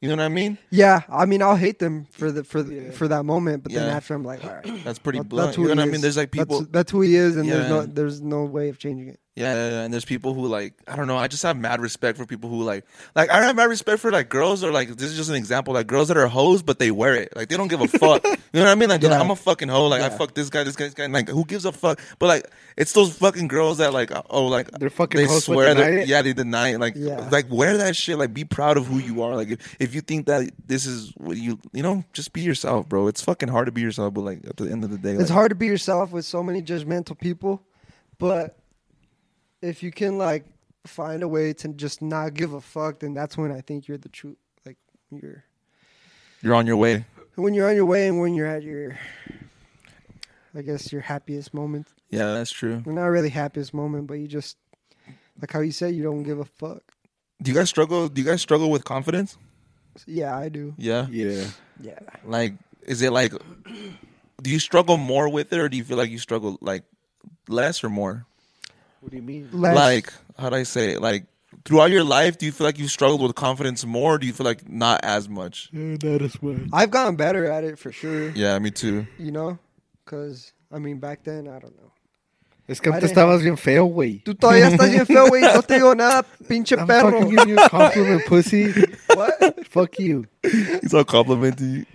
you know what i mean
yeah, I mean, I'll hate them for the for the, for that moment, but then
Yeah.
after I'm like, all right,
that's <clears throat> pretty
that-
blunt you know
he
what i
is.
mean there's like
That's-
people
That's, who he is, and there's no
Yeah.
there's no way of changing it.
yeah, yeah, yeah, and there's people who like I don't know. I just have mad respect for people who like like I have mad respect for like girls or like this is just an example like girls that are hoes but they wear it like they don't give a
<laughs>
fuck. you know what I mean? Like they're like,
Yeah.
I'm a fucking hoe. Like I fuck this guy, this guy, this guy. And, like who gives a fuck? But like it's those fucking girls that like oh like
They're fucking
they
hoes but
swear
deny
that
it?
yeah they deny it like
Yeah.
like wear that shit like be proud of who you are like if, if you think that this is what you you know just be yourself bro. It's fucking hard to be yourself, but like at the end of the day
It's
like,
hard to be yourself with so many judgmental people, but if you can like find a way to just not give a fuck, then that's when I think you're the true like you're
you're on your way.
when you're on your way and when you're at your I guess your happiest moment.
Yeah, that's true.
Well, not really happiest moment, but you just like how you say you don't give a fuck.
Do you guys struggle? Do you guys struggle with confidence?
Yeah, I do.
Yeah.
Yeah.
Yeah.
Like, is it like, do you struggle more with it, or do you feel like you struggle like less or more?
What do you mean?
Less,
Like, how do I say it? Like, throughout your life, do you feel like you struggled with confidence more? Or do you feel like not as much?
Not as much.
I've gotten better at it for sure,
Yeah, me too.
you know? Cuz I mean back then, I don't know.
Es que
Why
antes
they-
estabas bien feo, güey.
Tú todavía estás bien feo, güey. No te digo nada, pinche
I'm
perro.
fucking giving you a compliment,
<laughs>
pussy.
<laughs> What?
Fuck you.
He's all complimenting you.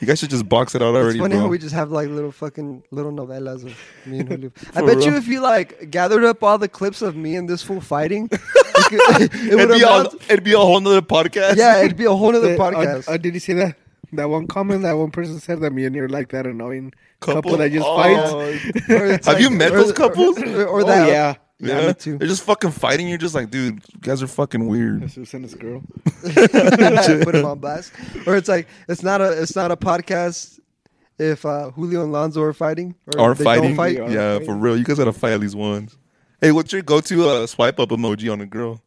You guys should just box it out
It's
already,
funny
bro.
how we just have like little fucking little novelas of me <laughs> and Julio. I
For
bet
real.
you if you like gathered up all the clips of me and this fool <laughs> fighting, you could- it,
it'd,
would
be all,
amount.
it'd be a whole nother podcast.
Yeah, it'd be Eh, a <laughs> whole nother
Uh, uh,
podcast.
uh, did you see that? That one comment that one person said that me and you're like that annoying couple,
Couple?
that just
Oh,
fights.
Or it's
Have you met
or
those
the-
couples?
Or, or
Oh,
that?
yeah.
yeah, me
<laughs>
too.
They're just fucking fighting. You're just like, dude, you guys are fucking weird.
Susanna's girl.
<laughs> Put him on blast. Or it's like it's not a it's not a podcast if uh, Julio and Lonzo are fighting or
are
they
fighting.
Don't fight.
They are
yeah,
fighting.
for real. You guys gotta fight at least once. Hey, what's your go-to uh, swipe up emoji on a girl?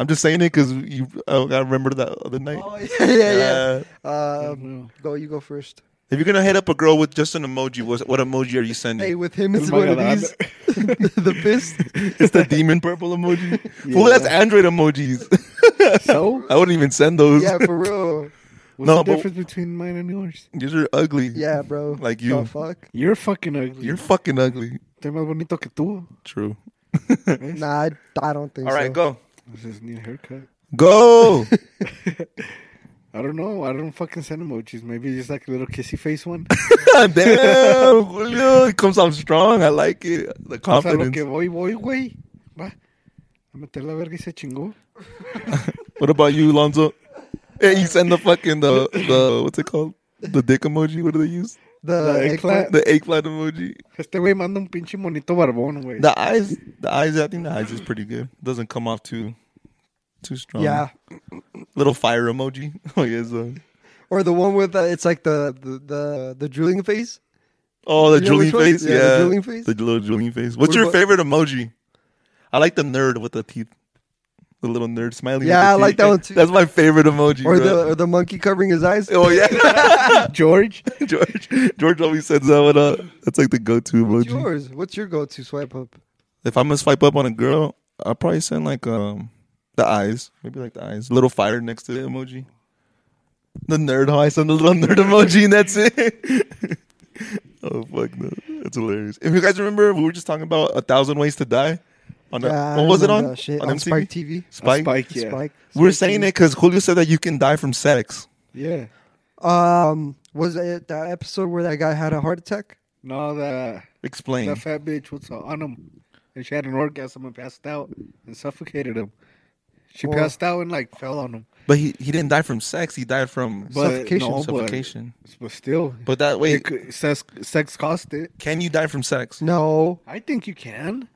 I'm just saying it because you. I I remember that other night.
Oh, <laughs> yeah, yeah,
Uh,
yeah.
Oh,
Um, go, you go first.
if you're gonna hit up a girl with just an emoji, what, what emoji are you
Hey,
sending?
with him, it's
Oh my
one of
God. <laughs>
these. <laughs> the
<laughs>
fist.
it's
<laughs>
the <laughs> demon purple emoji. Well, that's
Yeah.
Android emojis. <laughs>
So,
I wouldn't even send those.
Yeah, for real.
what's
No,
the
but-
difference between mine and yours?
<laughs> These are ugly.
Yeah, bro.
Like
The
you.
fuck.
You're fucking ugly.
You're fucking ugly.
Estoy más bonito que tú.
<laughs>
True.
Nah, I, I don't think
All right,
so.
go.
I just need a haircut.
<laughs>
Go. <laughs>
I don't know. I don't fucking send emojis. Maybe just like a little kissy face one.
Damn, Julio, it comes out strong. I like it. The
O sea, lo que
confidence.
voy, voy, güey. Va. A meter la verga y se chingó.
What about you, Lonzo? Hey, you send the fucking the the what's it called? The dick emoji. What do they use?
The,
The
eggplant.
eggplant.
The eggplant emoji.
Este güey manda un pinche monito barbón, güey.
The eyes. The eyes. I think the eyes is pretty good. Doesn't come off too too strong.
Yeah,
Little fire emoji. <laughs> Oh yeah. So.
or the one with uh, it's like the the the, the drooling face.
Oh, the
You know
drooling
which one?
face. Yeah,
Yeah, the drooling face.
The little drooling face. What's
What
your
about-
favorite emoji? I like the nerd with the teeth. the little nerd smiley.
Yeah,
with
I
the
like
teeth.
that one too.
That's my favorite emoji.
Or
bro.
the or the monkey covering his eyes.
oh yeah, <laughs>
George.
George. George always sends that one out. That's like the go-to emoji.
What's yours? What's your go-to swipe up?
If I'm gonna swipe up on a girl, I'll probably send like um the eyes, maybe like the eyes, little fire next to the emoji. The nerd, how I send the little <laughs> nerd emoji, and that's it. <laughs> oh fuck no, that's hilarious. If you guys remember, we were just talking about a thousand ways to die. On a,
Yeah, I
Uh, what was it on?
remember that shit.
On,
On
MTV?
Spike TV.
Spike.
Oh, Spike, yeah.
Spike.
We're saying it because Julio said that you can die from sex.
Yeah.
Um, was it that episode where that guy had a heart attack?
No, that
Explain.
that fat bitch was on him, and she had an orgasm and passed out and suffocated him. She
Whoa.
passed out and like fell on him,
But he, he didn't die from sex. He died from
but
Suffocation.
no,
suffocation.
But, but still,
But, that way,
it could, sex sex caused it.
can you die from sex?
No.
I think
<sighs>
you can.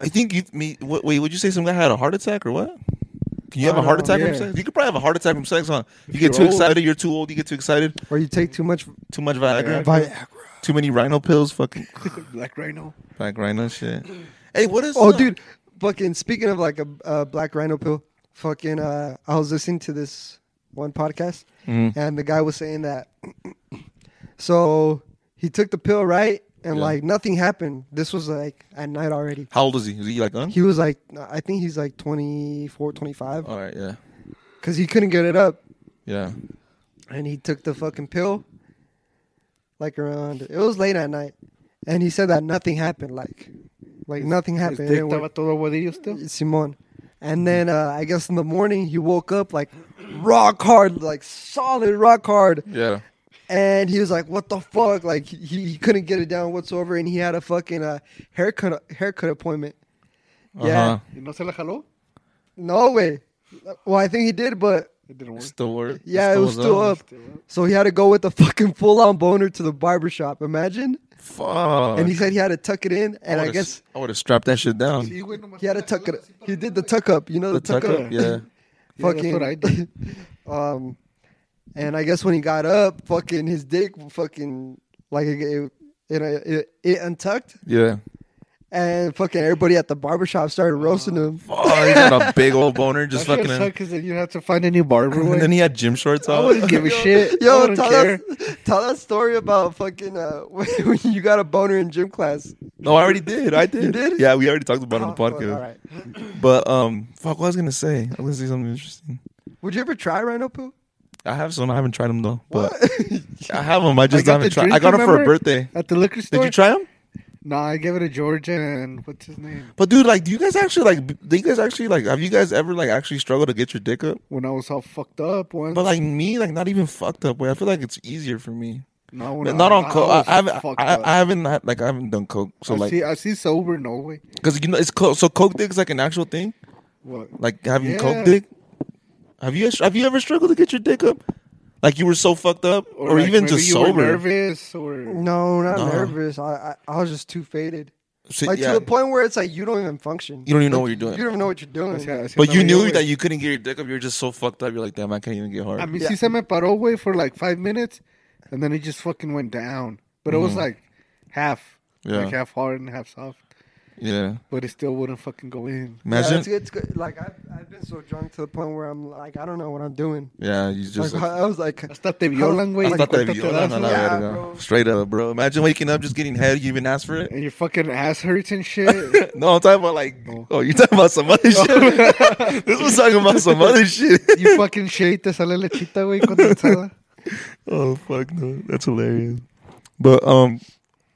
I think you. Me, wh- wait, would you say some guy had a heart attack or what? Can you have a heart
Uh,
attack from
yeah.
sex? You could probably have a heart attack from sex, huh? You get
you're
too
old.
excited. You're too old. You get too excited.
Or you take too much
Too much Viagra.
Viagra.
Too many Rhino pills. Fucking
Black Rhino.
like Rhino shit. Hey, what is?
Oh,
uh,
dude, fucking. Speaking of like a, a black rhino pill, fucking. Uh, I was listening to this one podcast,
Mm-hmm.
and the guy was saying that. <clears throat> so he took the pill, right? And
Yeah.
like nothing happened. This was like at night already.
How old is he? Is he like? Huh?
He was like, I think he's like 24, 25,
All right. Yeah.
because he couldn't get it up,
Yeah.
and he took the fucking pill. Like around, it was late at night, and he said that nothing happened. Like, like nothing
His
happened. It
dick
didn't work.
estaba todo aguadillo still.
Simon. And then uh, I guess in the morning he woke up like rock hard, like solid rock hard.
Yeah.
And he was like, "What the fuck?" Like he, he couldn't get it down whatsoever, and he had a fucking uh, haircut haircut appointment. Yeah,
Uh-huh.
¿Y no se la jaló?
no way. Well, I think he did, but
It didn't work.
Still work.
yeah, it was still up.
Still up.
So he had to go with a fucking full on boner to the barber shop. Imagine.
Fuck.
And he said he had to tuck it in, and I,
would've-
guess
I would have strapped that shit down.
Sí, güey, nomás
he had to
se la
tuck it.
jaló así para
He
abajo.
did the tuck up. You know the, tuck, up.
Yeah.
Yeah,
fucking <laughs>
that's what I did.
um and i guess when he got up fucking his dick fucking like it it, it, it, it untucked <laughs>
Yeah.
and fucking everybody at the barbershop started roasting him
Oh, he got a big old boner just
That's what
fucking. uh,
sucks because then you have to find a new
<laughs>
barber.
And
Way.
then he had gym shorts
I
on. <laughs>
wouldn't give a shit. I
<laughs> yo
wouldn't
tell
care.
us tell that story about fucking uh <laughs> when when you got a boner in gym class
No, I already did. I did.
did?
Yeah, we already talked about it
Oh,
on the
fuck,
podcast.
all right.
But um, fuck, what I was gonna say? I was gonna say something interesting.
would you ever try rhino poo
I have some. I haven't tried them though. But
what <laughs>
I have them. I just
got
haven't
the
tried. I
drink,
got them for a
remember?
birthday.
At the liquor store?
Did you try them?
Nah, I gave it to George and what's his name?
But dude, like, do you guys actually like? b- Do you guys actually like? Have you guys ever like actually struggled to get your dick up?
When I was all fucked up once.
But like me, like not even fucked up. Way I feel like it's easier for me.
no, when
Not
I-
on
I
coke. I,
was
I haven't.
fucked
I,
up.
I haven't had- like I haven't done coke. So
I
like,
see, I see sober, no way.
because you know it's coke. So coke dick's like an actual thing.
What?
Like having
Yeah.
coke dick. Have you have you ever struggled to get your dick up? Like you were so fucked up, or,
like,
even
maybe
just
you were
sober.
nervous or
no not
Nah.
nervous I, I i was just too faded
So,
like
yeah.
to the point where it's like you don't even function
You don't even know what you're doing.
you don't even know what you're doing
O sea, si
But you
andaba yo,
knew
güey.
that you couldn't get your dick up. You were just so fucked up. You're like, damn, I can't even get hard.
I mean,
Yeah.
si se me paró, way for like five minutes, and then it just fucking went down. But it was like half,
Mm-hmm. Yeah.
like half hard and half soft.
yeah.
But it still wouldn't fucking go in.
Yeah,
Imagine.
it's, it's good. Like I've, I've been so drunk to the point where I'm like I don't know what I'm doing.
Yeah, you just.
Like,
Like,
I was like,
Hasta te violan,
I
güey. y
thought
cuenta
that
te
viola,
das,
no,
güey.
no,
Yeah,
yeah,
bro.
Straight up, bro. Imagine waking up just getting head. You even asked for it.
And your fucking ass hurts and shit.
No, I'm talking about like. Oh, you're talking about some other shit. <laughs> this was talking about some other shit.
you fucking shit, y te sale lechita, güey, condensada.
oh fuck no, that's hilarious. But um,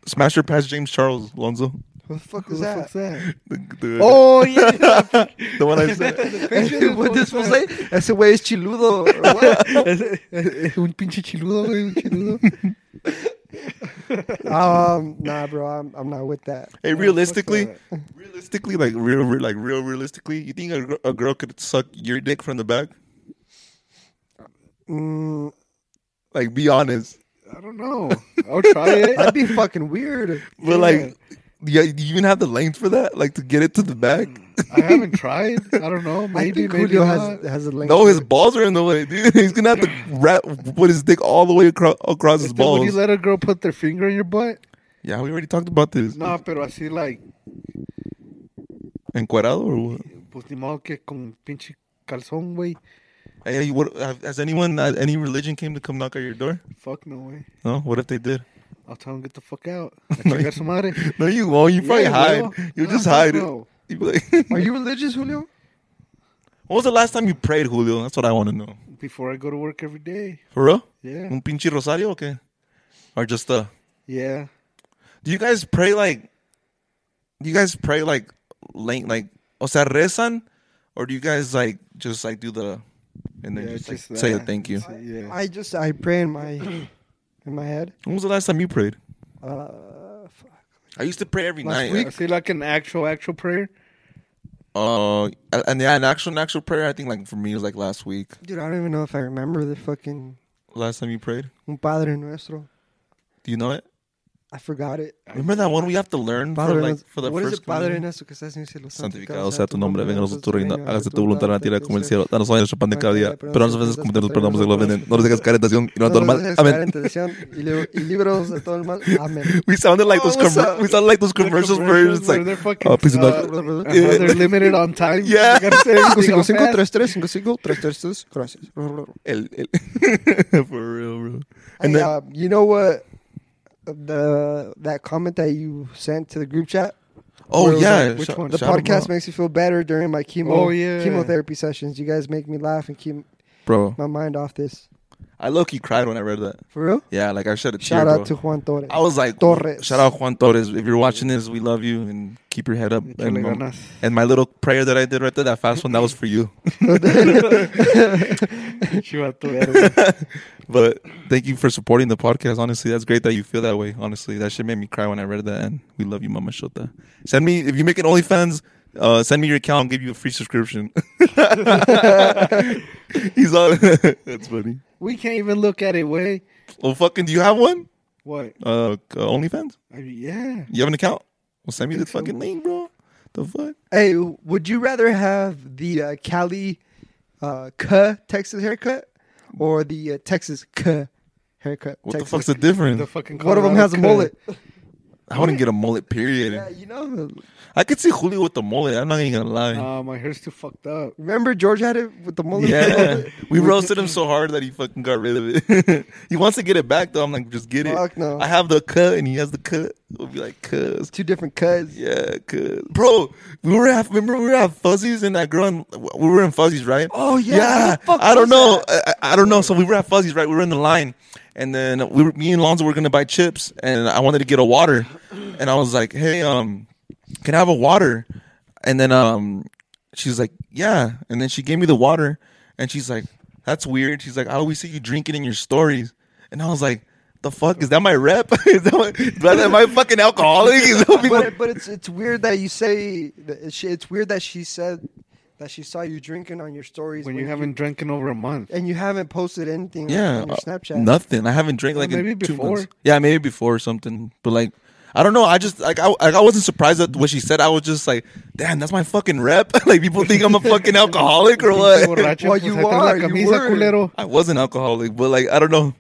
smash your past James Charles Lonzo.
who the fuck
Who
is
the
that?
fuck's that?
The, the,
Oh, <laughs> yeah.
the one
<laughs>
I said.
<laughs> what this was like? Ese güey es chiludo. or what? <laughs>
un pinche chiludo, güey, un chiludo.
um, nah, bro, I'm, I'm not with that.
Hey, realistically,
Oh, fuck
realistically, like real, real, like real, realistically, you think a, gr- a girl could suck your dick from the back?
Mm,
Like, be honest.
I don't know. I'll try it.
that'd be fucking weird.
But like, yeah, do you even have the length for that? Like to get it to the back?
Mm,
<laughs>
I haven't tried. I don't know.
I
Maybe,
think
maybe
Julio
not.
has has a link.
no, his balls are in the way, dude. <laughs> He's gonna have to wrap put his dick all the way across, across his
Dude, Would you
balls.
let a girl put their finger in your butt?
yeah, we already talked about this.
No, pero así like,
Encuerado or what?
pues ni modo que con pinche calzón, güey.
Hey, what, have- has anyone, uh, any religion came to come knock at your door?
Fuck no, güey.
No? What if they did?
I'll tell him get the fuck out. A chingar su madre.
No, you won't. You probably
Yeah,
hide.
bro.
You
No,
just
fuck
hide
no.
it. You be like, <laughs> when
Are you religious, Julio?
was the last time you prayed, Julio? That's what I want to know.
Before I go to work every day.
For real?
Yeah.
Un pinche rosario or qué? Or just uh
Yeah.
Do you guys pray like do you guys pray like late like o sea rezan or do you guys like just like do the and then
Yeah,
just, like,
just, uh,
say a thank you?
say- Yeah.
I just I pray in my in my head.
When was the last time you prayed?
Uh, fuck.
I used to pray every
Last
night.
week?
I see like an actual, actual prayer.
Uh, and yeah, an actual an actual prayer. I think like for me it was like last week.
dude, I don't even know if I remember the fucking
Last time you prayed,
un Padre Nuestro.
do you know it?
I forgot it.
Remember that one we have to learn for
Padre
like
nuestro-
for the
what is
first.
it, Padre
communion?
Nuestro que estás en el cielo?
Santificado sea tu nombre, venga a nosotros tu reino,
reino,
hágase tu voluntad en la tierra como en el cielo. Danos hoy nuestro pan de cada día, pero no nos ofendas como nos perdonamos de los que nos ofenden. No nos dejes caer en tentación y
No
nos
nos
del mal.
dejes caer en
Amén.
tentación y li- y líbranos de todo el mal. Amén.
<laughs> We sounded like those
Oh, what's
commer-
up?
we sounded like
<laughs>
those commercials where
commercials
it's
where
like <laughs>
they're fucking,
oh, please do
uh,
not. <laughs>
Uh-huh, they're limited on time.
Yeah.
You gotta say
<laughs>
everything all
55
<laughs> fast.
33 55 333 gracias.
El, <laughs> el- for real, bro. And
Hey,
then
uh, you know what? The that comment that you sent to the group chat. where it
oh
was
yeah,
like,
which
shout-
one?
the
shout 'em
podcast
out.
makes me feel better during my chemo
Oh, yeah.
chemotherapy sessions. You guys make me laugh and keep
bro.
my mind off this.
I low key cried when I read that.
For real?
Yeah, like I shed a tear.
Shout
bro.
out to Juan Torres.
I was like,
Torres.
shout out Juan Torres. If you're watching this, we love you and keep your head up.
Échale
And, um,
ganas.
and my little prayer that I did right there, that fast one, that was for you.
Chivato, verga.
But thank you for supporting the podcast. Honestly, that's great that you feel that way. Honestly, that shit made me cry when I read that. And we love you, Mama Shota. Send me if you make an OnlyFans. Uh, send me your account. I'll give you a free subscription. <laughs> He's on. <laughs> that's funny.
we can't even look at it. Way
Well, fucking, do you have one?
what?
Uh, uh, OnlyFans?
I mean, yeah.
You have an account? Well, send me the fucking link, bro. The fuck?
Hey, would you rather have the uh, Cali uh, K Texas haircut or the uh, Texas K haircut?
What
Texas-
the fuck's the difference?
The fucking
One of them
Colorado
has a
cut.
mullet.
I wouldn't get a mullet, period.
Yeah, you know.
I could see Julio with the mullet. I'm not even gonna lie.
Uh, my hair's too fucked up.
Remember George had it with the mullet?
yeah, we roasted him so hard that he fucking got rid of it. <laughs> he wants to get it back though. I'm like, just get it.
Fuck no.
I have the cut, and he has the cut. We'll be like,
<laughs>
cuz,
Two different cuts.
yeah, cuz, bro. We were at, remember we were at Fuzzies and that girl. in- we were in Fuzzies, right?
Oh, yeah. Who
Yeah,
the fuck
I don't
was
know. I, I I don't know. So we were at Fuzzies, right? We were in the line, and then we were, me and Lonzo were gonna buy chips, and I wanted to get a water, and I was like, "Hey, um, can I have a water?" And then um, she was like, "Yeah," and then she gave me the water, and she's like, "That's weird." She's like, "I always see you drinking in your stories," and I was like. The fuck is that? My rep? <laughs> Is that my, is that- am I fucking alcoholic? Is that what people-
But, but it's it's weird that you say that it's, it's weird that she said that she saw you drinking on your stories
When you haven't drank in over a month.
and you haven't posted anything
yeah,
on your
uh,
Snapchat.
nothing. I haven't drank like in
maybe
two
before.
months. Yeah, maybe before or something. But like, I don't know. I just like I like, I wasn't surprised at what she said. I was just like, damn, that's my fucking rep. <laughs> like people think I'm
<laughs>
a fucking alcoholic or what?
Borracho,
Well,
pues,
you
ahí traes la
are, you
camisa,
were.
culero.
<laughs> I was an alcoholic, but like I don't know.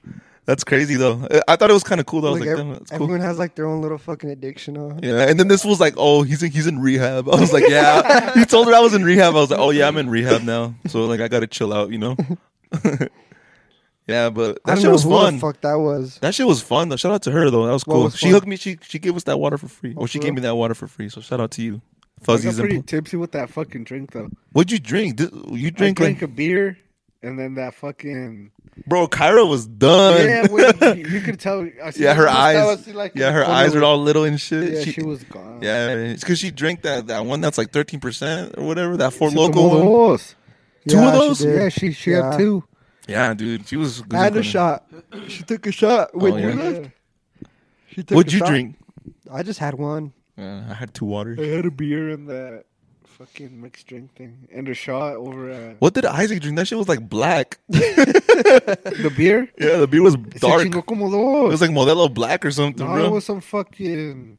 That's crazy though. I- I thought it was kind of cool. Though. I was
Like,
like,
ev-
damn, that's cool.
everyone has like their own little fucking addiction. Huh?
Yeah, and then this was like, oh, he's in, he's in rehab. <laughs> I was like,
<laughs>
yeah. he told her I was in rehab. I was like, oh yeah, I'm in rehab now. So like, I gotta chill out, you know. <laughs> yeah,
I
but that
don't
shit
know
was
who the
fun.
fuck that was.
That shit was fun though. Shout out to her though. That was
What
cool.
was
she
fun?
hooked me. She she gave us that water for free. Oh, she
for
gave
real?
me that water for free. So shout out to you,
I got
fuzzies.
pretty
And,
tipsy with that fucking drink though.
what'd you drink? Did- you drink
I drank
like
a beer and then
<laughs>
that fucking
bro? Kyra was done.
yeah.
<laughs>
Wait, you, you could tell. I see
Yeah, her
I was
eyes.
see, like,
yeah,
in
her
the
eyes
corner.
are all little and shit.
Yeah, she, was gone.
Yeah, it's because she drank that, that one that's like thirteen percent or whatever. That four
Se tomó
local one.
dos.
Two of
Yeah, she
those?
did.
Yeah, she she
Yeah.
had two.
Yeah, dude, she was. good
And a
looking.
shot. She took a shot when
Oh,
you
yeah.
left. She took
What'd
a
you
shot.
drink?
I just had one.
Uh, I had two
I
waters.
had a beer and that fucking mixed drink thing and a shot over uh,
What did Isaac drink? That shit was like
<laughs>
black. <laughs>
the <laughs> beer.
Yeah, the beer was
Se
dark. It
chingó como dos.
was like Modelo Black or something,
No,
bro.
it was some fucking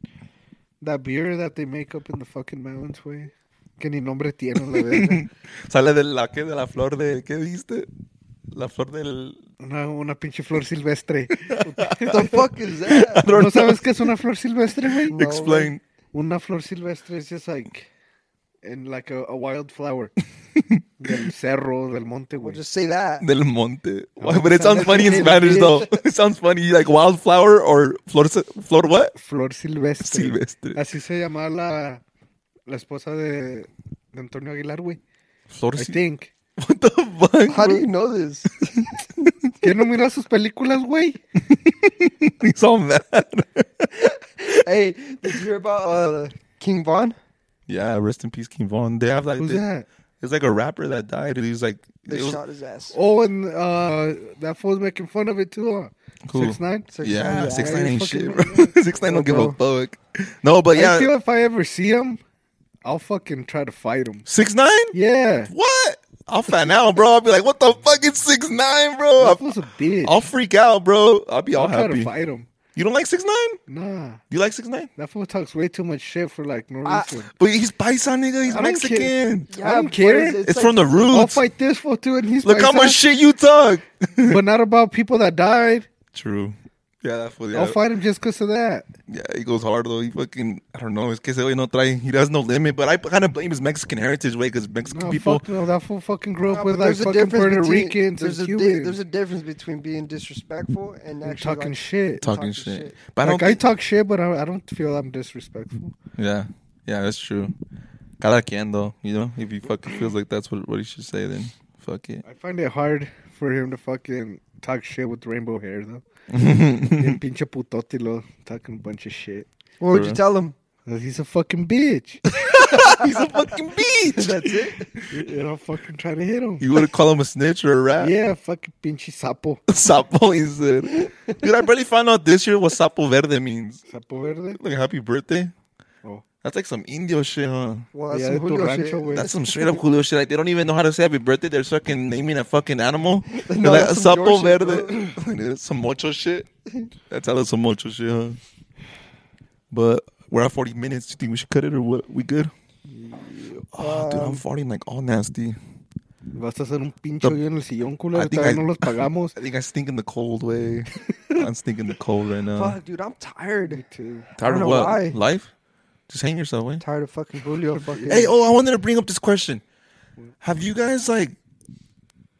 that beer that they make up in the fucking mountains, way. Que ni nombre tiene la <laughs> verga.
Sale de la que de la flor de ¿qué dijiste? La flor del
Una, una pinche flor silvestre.
<laughs>
<laughs>
What the fuck is
Ah,
that?
don't <laughs>
¿No sabes qué es una flor silvestre, güey?
No,
explain.
Una flor silvestre is just like and like a, a <laughs> wildflower. del cerro, del
<laughs>
monte,
We'll
güey.
just say that.
Del Monte. Why-
Oh,
but it sounds funny in Spanish though. It sounds funny like wildflower or flor flor what?
Flor silvestre.
Silvestre.
Así se llamaba la, la esposa de, de Antonio Aguilar, güey.
Flor
I
sil-
think.
<laughs> What the fuck?
How do
<laughs>
you know this?
¿Quién no mira sus películas,
<laughs>
güey?
He's all mad.
hey, did you hear about uh, King Von?
yeah, rest in peace, King Von. They have like
Who's
this-
that?
it's like a rapper that died. and He was like,
They
it was-
shot his ass.
Oh, and uh, that fool's making fun of it too. Huh?
Who?
Six nine.
Six
yeah,
Nine,
six
yeah,
nine ain't
fucking
shit,
right,
bro. <laughs> six nine don't give a fuck. No, but
I feel
yeah,
if I ever see him, I'll fucking try to fight him.
six nine.
Yeah,
What? I'll find out, bro. I'll be like, what the fuck? It's six nine, bro.
that fool's a bitch.
I'll freak out, bro. I'll be all
I'll try to
happy.
fight him.
You don't like six nine?
Nah,
Do you like six nine?
that fool talks way too much shit for like no
I-
reason.
But he's Paisan, nigga. He's
I don't care.
Mexican.
I don't
but
care.
is it?
It's, from the
I'll
roots.
fight this fool too, and he's
Look how
paisa,
much shit you talk. <laughs>
but not about people that died.
True. Yeah, that's what. Yeah,
I'll fight him just because of that.
yeah, he goes hard though. He fucking, I don't know. It's que ese güey no trae. He has no limit. But I kind of blame his Mexican heritage way because Mexican
No,
people.
fuck no, that fool fucking grew up
No,
with
but
like
there's a
fucking
difference
Puerto
between-
Ricans
there's
and
a di-
Cubans
there's a difference between being disrespectful and
and
actually
talking
like,
shit.
Talking
talking
shit.
shit.
but I don't.
like I talk shit, but I, I don't feel I'm disrespectful.
yeah, yeah, that's true. Cada quien though, you know, if he fucking feels like that's what, what he should say, then fuck <laughs> it.
I find it hard for him to fucking talk shit with rainbow
<laughs>
hair though. Bien pinche putote lo talking a bunch of shit.
What would
Bruh.
you tell him?
He's a fucking
<laughs>
bitch.
He's a fucking
<laughs>
bitch.
That's it.
and I'll fucking try to hit him.
You would call him a snitch or a rat?
Yeah, fucking pinche sapo.
<laughs> Sapo, he said. Dude, I barely found out this year what sapo verde means.
Sapo verde.
Like happy birthday.
Oh.
That's like some Indio shit, huh?
Well, that's
Yeah,
some
de tu
Julio
rancho,
shit.
güey.
That's some straight up
<laughs>
Julio shit. Like they don't even know how to say happy birthday. They're fucking naming a fucking animal.
<laughs>
They're
No,
like,
that's some
sapo
your shit,
verde. <laughs> Dude, that's some mocho shit.
<laughs>
That's how that's some mocho shit, huh? But we're at 40 minutes. You think we should cut it or what? We good? Oh,
um,
dude, I'm farting like all nasty.
Vas a hacer un pincho
The-
yo en el sillón, culo.
I think
Todavía
I-
no
<laughs>
los pagamos.
I think I stink in the
<laughs>
cold way. I'm stinking the cold right now.
Fuck, dude, I'm tired.
Too.
Tired
I
of
don't know
what?
why.
Life? Just hang yourself, eh?
Tired of fucking Julio. Fucking.
Hey, oh, I wanted to bring up this question. Have you guys like?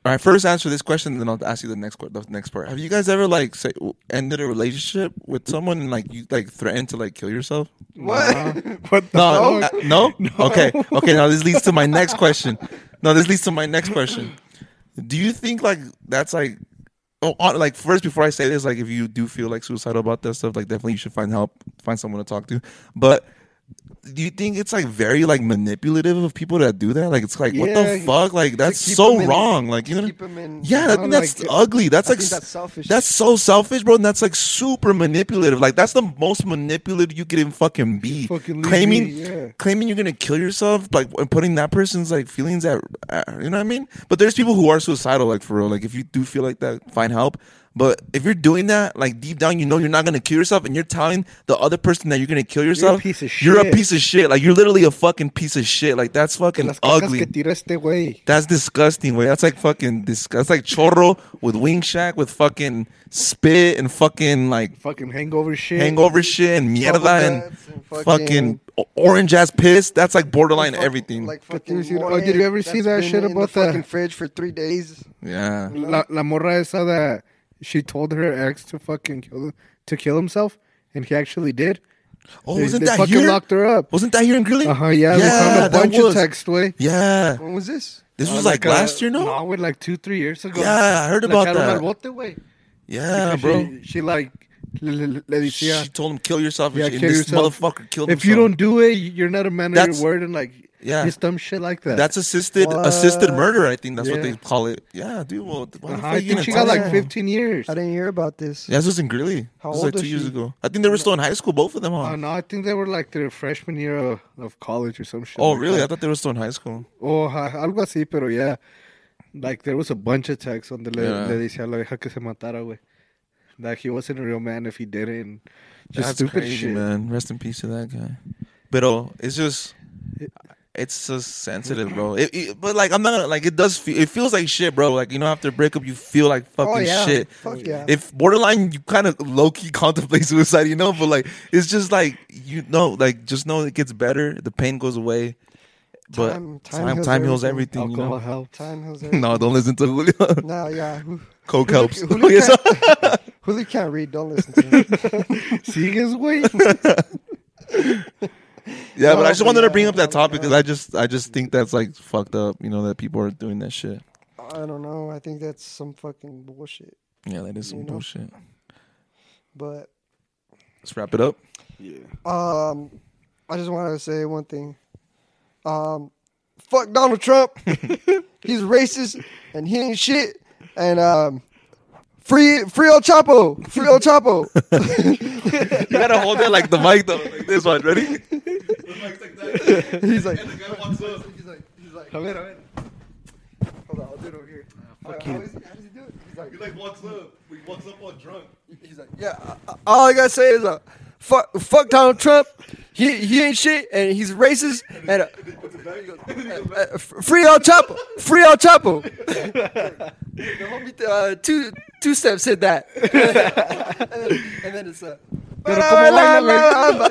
All right, first answer this question, then I'll ask you the next que- the next part. Have you guys ever like say, ended a relationship with someone and like you like threatened to like kill yourself?
what?
<laughs> What the
No,
fuck?
uh, no? Okay, okay. Now this leads to my next question. No, this leads to my next question. Do you think like that's like, oh, on, like first before I say this, like if you do feel like suicidal about that stuff, like definitely you should find help, find someone to talk to. But do you think it's like very like manipulative of people that do that? Like it's like what the
Yeah.
fuck? Like that's
keep
so
them in-
wrong. Like you know.
Keep him in.
Yeah, I think
like,
that's ugly. That's
I
like
think
s-
that's selfish.
That's so selfish, bro. And that's like super manipulative. Like that's the most manipulative you can fucking be.
fucking leave
claiming,
me, yeah.
claiming you're gonna kill yourself, like and putting that person's like feelings at, at- you know what I mean. But there's people who are suicidal, like for real. Like if you do feel like that, find help. But if you're doing that, like deep down, you know you're not gonna kill yourself, and you're telling the other person that you're gonna kill yourself.
piece of
You're a
shit.
piece of shit. Like you're literally a fucking piece of shit. Like that's fucking
Las cacas
ugly.
que tira este güey.
That's disgusting, way. That's like fucking disgust. That's like chorro with wing shack with fucking spit and fucking like
Fucking hangover shit.
hangover shit and mierda and
guts and
fucking,
fucking-
orange ass piss. That's like borderline
Fuck-
everything.
Like
Did
fucking.
you see-
morning
oh, did you ever see
that's
that
been
shit
in
about
the
the-
fucking fridge for three days?
yeah.
La, la morra esa that she told her ex to fucking kill to kill himself, and he actually did.
Oh,
They-
wasn't
they
that
fucking
here?
locked her up.
Wasn't that here in Greeley?
Uh-huh, yeah, we found a
that
bunch
was.
of Uh, text, way.
Yeah,
When was this?
this was like, last year, no?
No, wait, like two, three years ago.
Yeah, I heard
La
about
echaron
that.
al bote, güey.
Yeah,
Because
bro.
She, she, like, le, le- le
She,
decía,
told him kill yourself, and,
yeah,
she, and
kill
this
yourself.
motherfucker killed
if you
himself.
don't do it, you're not a man of
That's-
your word, and like,
Yeah.
just dumb shit like that.
That's assisted assisted
What?
murder. I think that's what
Yeah.
they call it. Yeah, dude. Well, why the
Uh-huh,
fuck
I
you
think
gonna
she
tell
got like
them?
15 years.
I didn't hear about this.
Yeah, this was in Greeley.
How
this
old
was like two
is
years
she?
ago. I think they were still in high school, both of them, huh?
Oh, no, I think they were like their freshman year of, of college or some shit.
oh,
like
really? I
that.
thought they were still in high school.
Oh, ajá, algo así, pero yeah. Like, there was a bunch of texts donde le,
Yeah.
le decía a la vieja que se matara, güey. That he wasn't a real man if he didn't. Just
That's
stupid
crazy,
shit.
man. Rest in peace to that guy. But oh, it's just, it's just sensitive, bro. It, it- but like, I'm not gonna like. It does. Feel, it feels like shit, bro. Like you know, after a breakup, you feel like fucking
Oh yeah.
shit.
Fuck yeah.
If borderline, you kind of low key <laughs> contemplate suicide, you know. But like, it's just like you know, like just know it gets better. The pain goes away. But
Time-
time,
time
time,
heals
heals,
everything.
everything.
Alcohol
you
helps.
Time heals
know?
everything.
<laughs> No, don't listen to Julio.
<laughs> Nah, yeah. Hul-
Coke helps.
Julio
<laughs> Yes.
can't- Julio can't read. Don't listen to
<laughs>
him.
<laughs> Sigues, güey.
yeah, but
No,
I just
but
wanted
Oh, yeah,
to bring up that
no,
topic
no.
because I just, I just think that's like fucked up. You know that people are doing that shit.
I don't know. I think that's some fucking bullshit.
Yeah, that is some
You know?
bullshit.
But
Let's wrap it up.
<laughs>
Yeah.
um, I just want to say one thing. Um, fuck Donald
<laughs>
Trump. He's racist and he ain't shit. And um, free free El Chapo. Free El Chapo.
<laughs> You gotta hold it like the mic though, like this one. Ready?
He's like,
He's
he's like, he's like,
A ver, a ver.
hold on, I'll do it over here. Alright, how is- how does he do it? He's like,
like walks up. He walks up all drunk.
He's like, yeah. uh, All I gotta say is, uh, fuck, fuck Donald Trump. He he ain't shit, and he's
<laughs>
racist. And uh, uh, uh, free El Chapo, free El
<laughs>
Chapo. the homie, uh, two two steps hit
<laughs>
that, and, then, and then it's uh.
Pero como baila,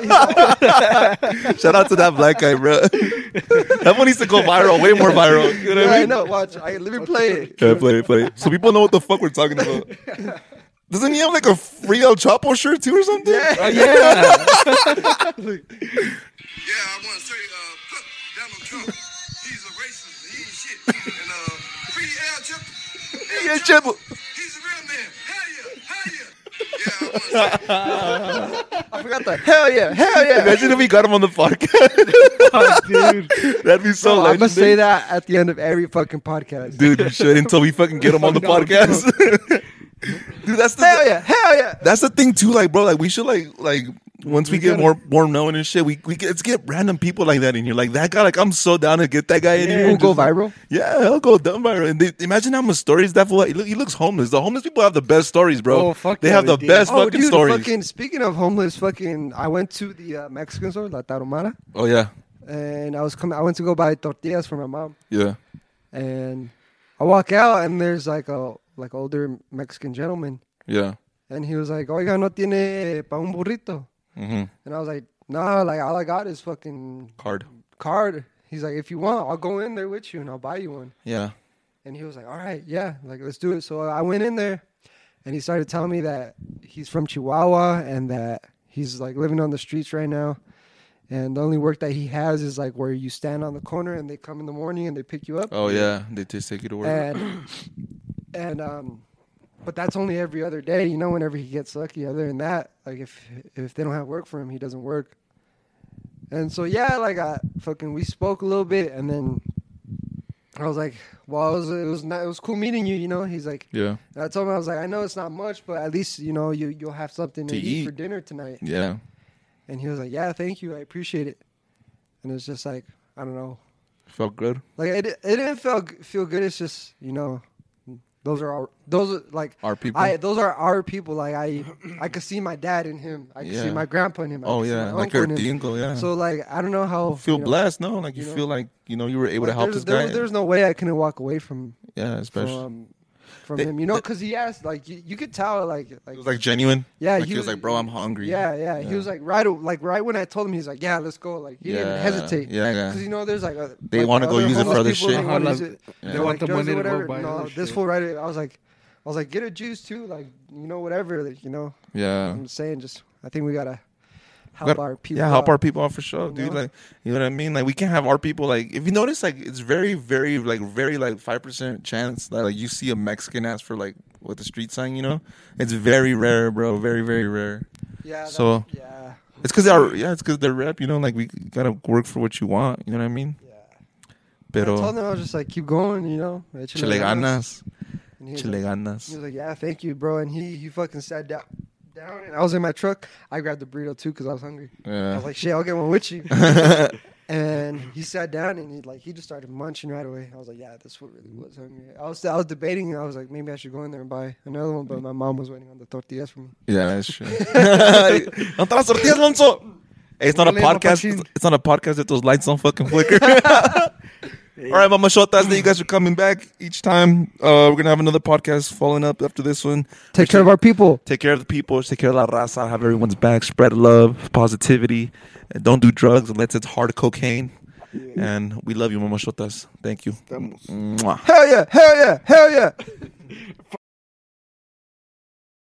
<laughs>
He's like,
Shout out to that black guy, bro. <laughs> that one needs to go viral, way more viral. You know
yeah,
what I
I
mean? <laughs>
know. <laughs> Watch, I, let me play it. <laughs>
Yeah, play it, play it. So people know what the fuck we're talking about. Doesn't he have like a free El Chapo shirt too or something?
Yeah.
Yeah.
Yeah, I want to say, uh, fuck Donald Trump. He's a racist. He ain't shit. And uh, free Al Chip.
Yeah, Chapo.
He's a real man. Hell yeah, hell yeah. Yeah, I want to say.
I forgot that. Hell yeah, hell yeah.
Imagine if we got him on the podcast. <laughs>
Oh, dude.
That'd be so.
Oh, I must say
legendary.
that at the end of every fucking podcast.
dude. You should until we fucking get
<laughs>
him on the
No, no.
podcast. <laughs> dude, that's the
Hell yeah, hell yeah.
that's the thing too. Like, bro, like we should like like once we,
We
get
gotta-
more more known and shit, we we get, let's get random people like that in here. Like that guy, like I'm so down to get that guy in
Yeah.
here.
We'll
and
go
just-
viral.
Yeah, he'll go dumb viral. And they, imagine how much stories that fool. He, look, he looks homeless. The homeless people have the best stories, bro.
Oh, fuck
they
yeah,
have
they
the
do.
best
Oh,
fucking
dude,
stories.
fucking speaking of homeless, fucking, I went to the uh, Mexican store, La Tarumara,
Oh yeah,
and I was coming. I went to go buy tortillas for my mom,
yeah.
and I walk out, and there's like a like older Mexican gentleman,
Yeah.
and he was like, "Oiga, no tiene pa un burrito,"
Mm-hmm.
and I was like, "Nah, like all I got is fucking
Card.
card." He's like, "If you want, I'll go in there with you and I'll buy you one."
Yeah.
And he was like, "All right, yeah, like let's do it." So I went in there, and he started telling me that he's from Chihuahua and that he's like living on the streets right now, and the only work that he has is like where you stand on the corner and they come in the morning and they pick you up.
Oh yeah. They just take you to work.
And and <clears throat> um, but that's only every other day, you know. Whenever he gets lucky, other than that, like if if they don't have work for him, he doesn't work. And so yeah, like I fucking we spoke a little bit, and then I was like, well, it was it was not, it was cool meeting you, you know. He's like,
yeah.
and I told him I was like, I know it's not much, but at least you know you you'll have something to,
To
eat for
eat.
dinner tonight.
Yeah.
And he was like, yeah, thank you, I appreciate it. And it was just like I don't know,
Felt good.
like it, it didn't feel feel good. It's just you know, those are our those are like
Our people?
I those are our people. Like I I could see my dad in him. I could see
Yeah.
my grandpa in him. I
Oh
could see
yeah.
my
Like
uncle
your
in him.
dingo. Yeah.
So like I don't know how
feel
you know,
blessed, no? Like you,
you know?
feel like you know you were able
like,
to help
there's,
this
there-
guy.
There's no way I can walk away from
yeah, especially
from from
They-
him. You know,
they-
because he asked like you, you could tell like like
it was like genuine.
yeah
like, he, was, like, bro, I'm hungry.
Yeah, yeah, He was like right o- like right when I told him, he's like, yeah, let's go. Like he didn't
Yeah,
hesitate.
yeah, yeah.
Because you know, there's like a,
They
like,
wanna go
other
use it for
homeless people,
other shit.
They wanna
Uh-huh,
use
like,
it.
they
They're
want
like,
the
drugs or
money to go
whatever.
buy
No,
other
this
shit.
fool right. I was like, I was like, get a juice too. Like you know, whatever. Like, you know,
yeah.
I'm saying just I think we gotta help
Gotta-
our people.
yeah, help
out.
our people out for sure,
you
dude.
know?
Like, you know what I mean? Like, we can't have our people like. If you notice, like, it's very, very, like, very, like, five percent chance that like you see a Mexican ask for like with the street sign. You know, it's very rare, bro. Very, very rare.
Yeah. that's-
So-
yeah,
It's because our yeah, it's because their rep. You know, like we gotta work for what you want. You know what I mean?
yeah. I told
Pero
him I was just like, keep going. You know,
chile ganas,
And he was
chile
like-
ganas.
He was like, "Yeah, thank you, bro." And he he fucking sat down, down, and I was in my truck. I grabbed the burrito too because I was hungry. I
Yeah.
was like, "Shit, I'll get one with
<laughs>
you." <laughs> and he sat down and he like he just started munching right away. I was like, "Yeah, this one really was hungry." I was I was debating. I was like, maybe I should go in there and buy another one, but my mom was waiting on the tortillas for me.
Yeah, that's <laughs> true. no te las tortillas, Alonso. Hey, it's not a
Órale,
podcast.
papachín.
It's, it's not a podcast if those lights don't fucking flicker. <laughs> All right, Mama Shotas, thank you guys for coming back each time. Uh, we're gonna have another podcast following up after this one.
Take care of our people.
Take care of the people. Take care of la raza. Have everyone's back. Spread love, positivity, and don't do drugs unless it's hard cocaine. And we love you, Mama Shotas. Thank you.
Estamos.
Mwah.
Hell yeah! Hell yeah! Hell yeah!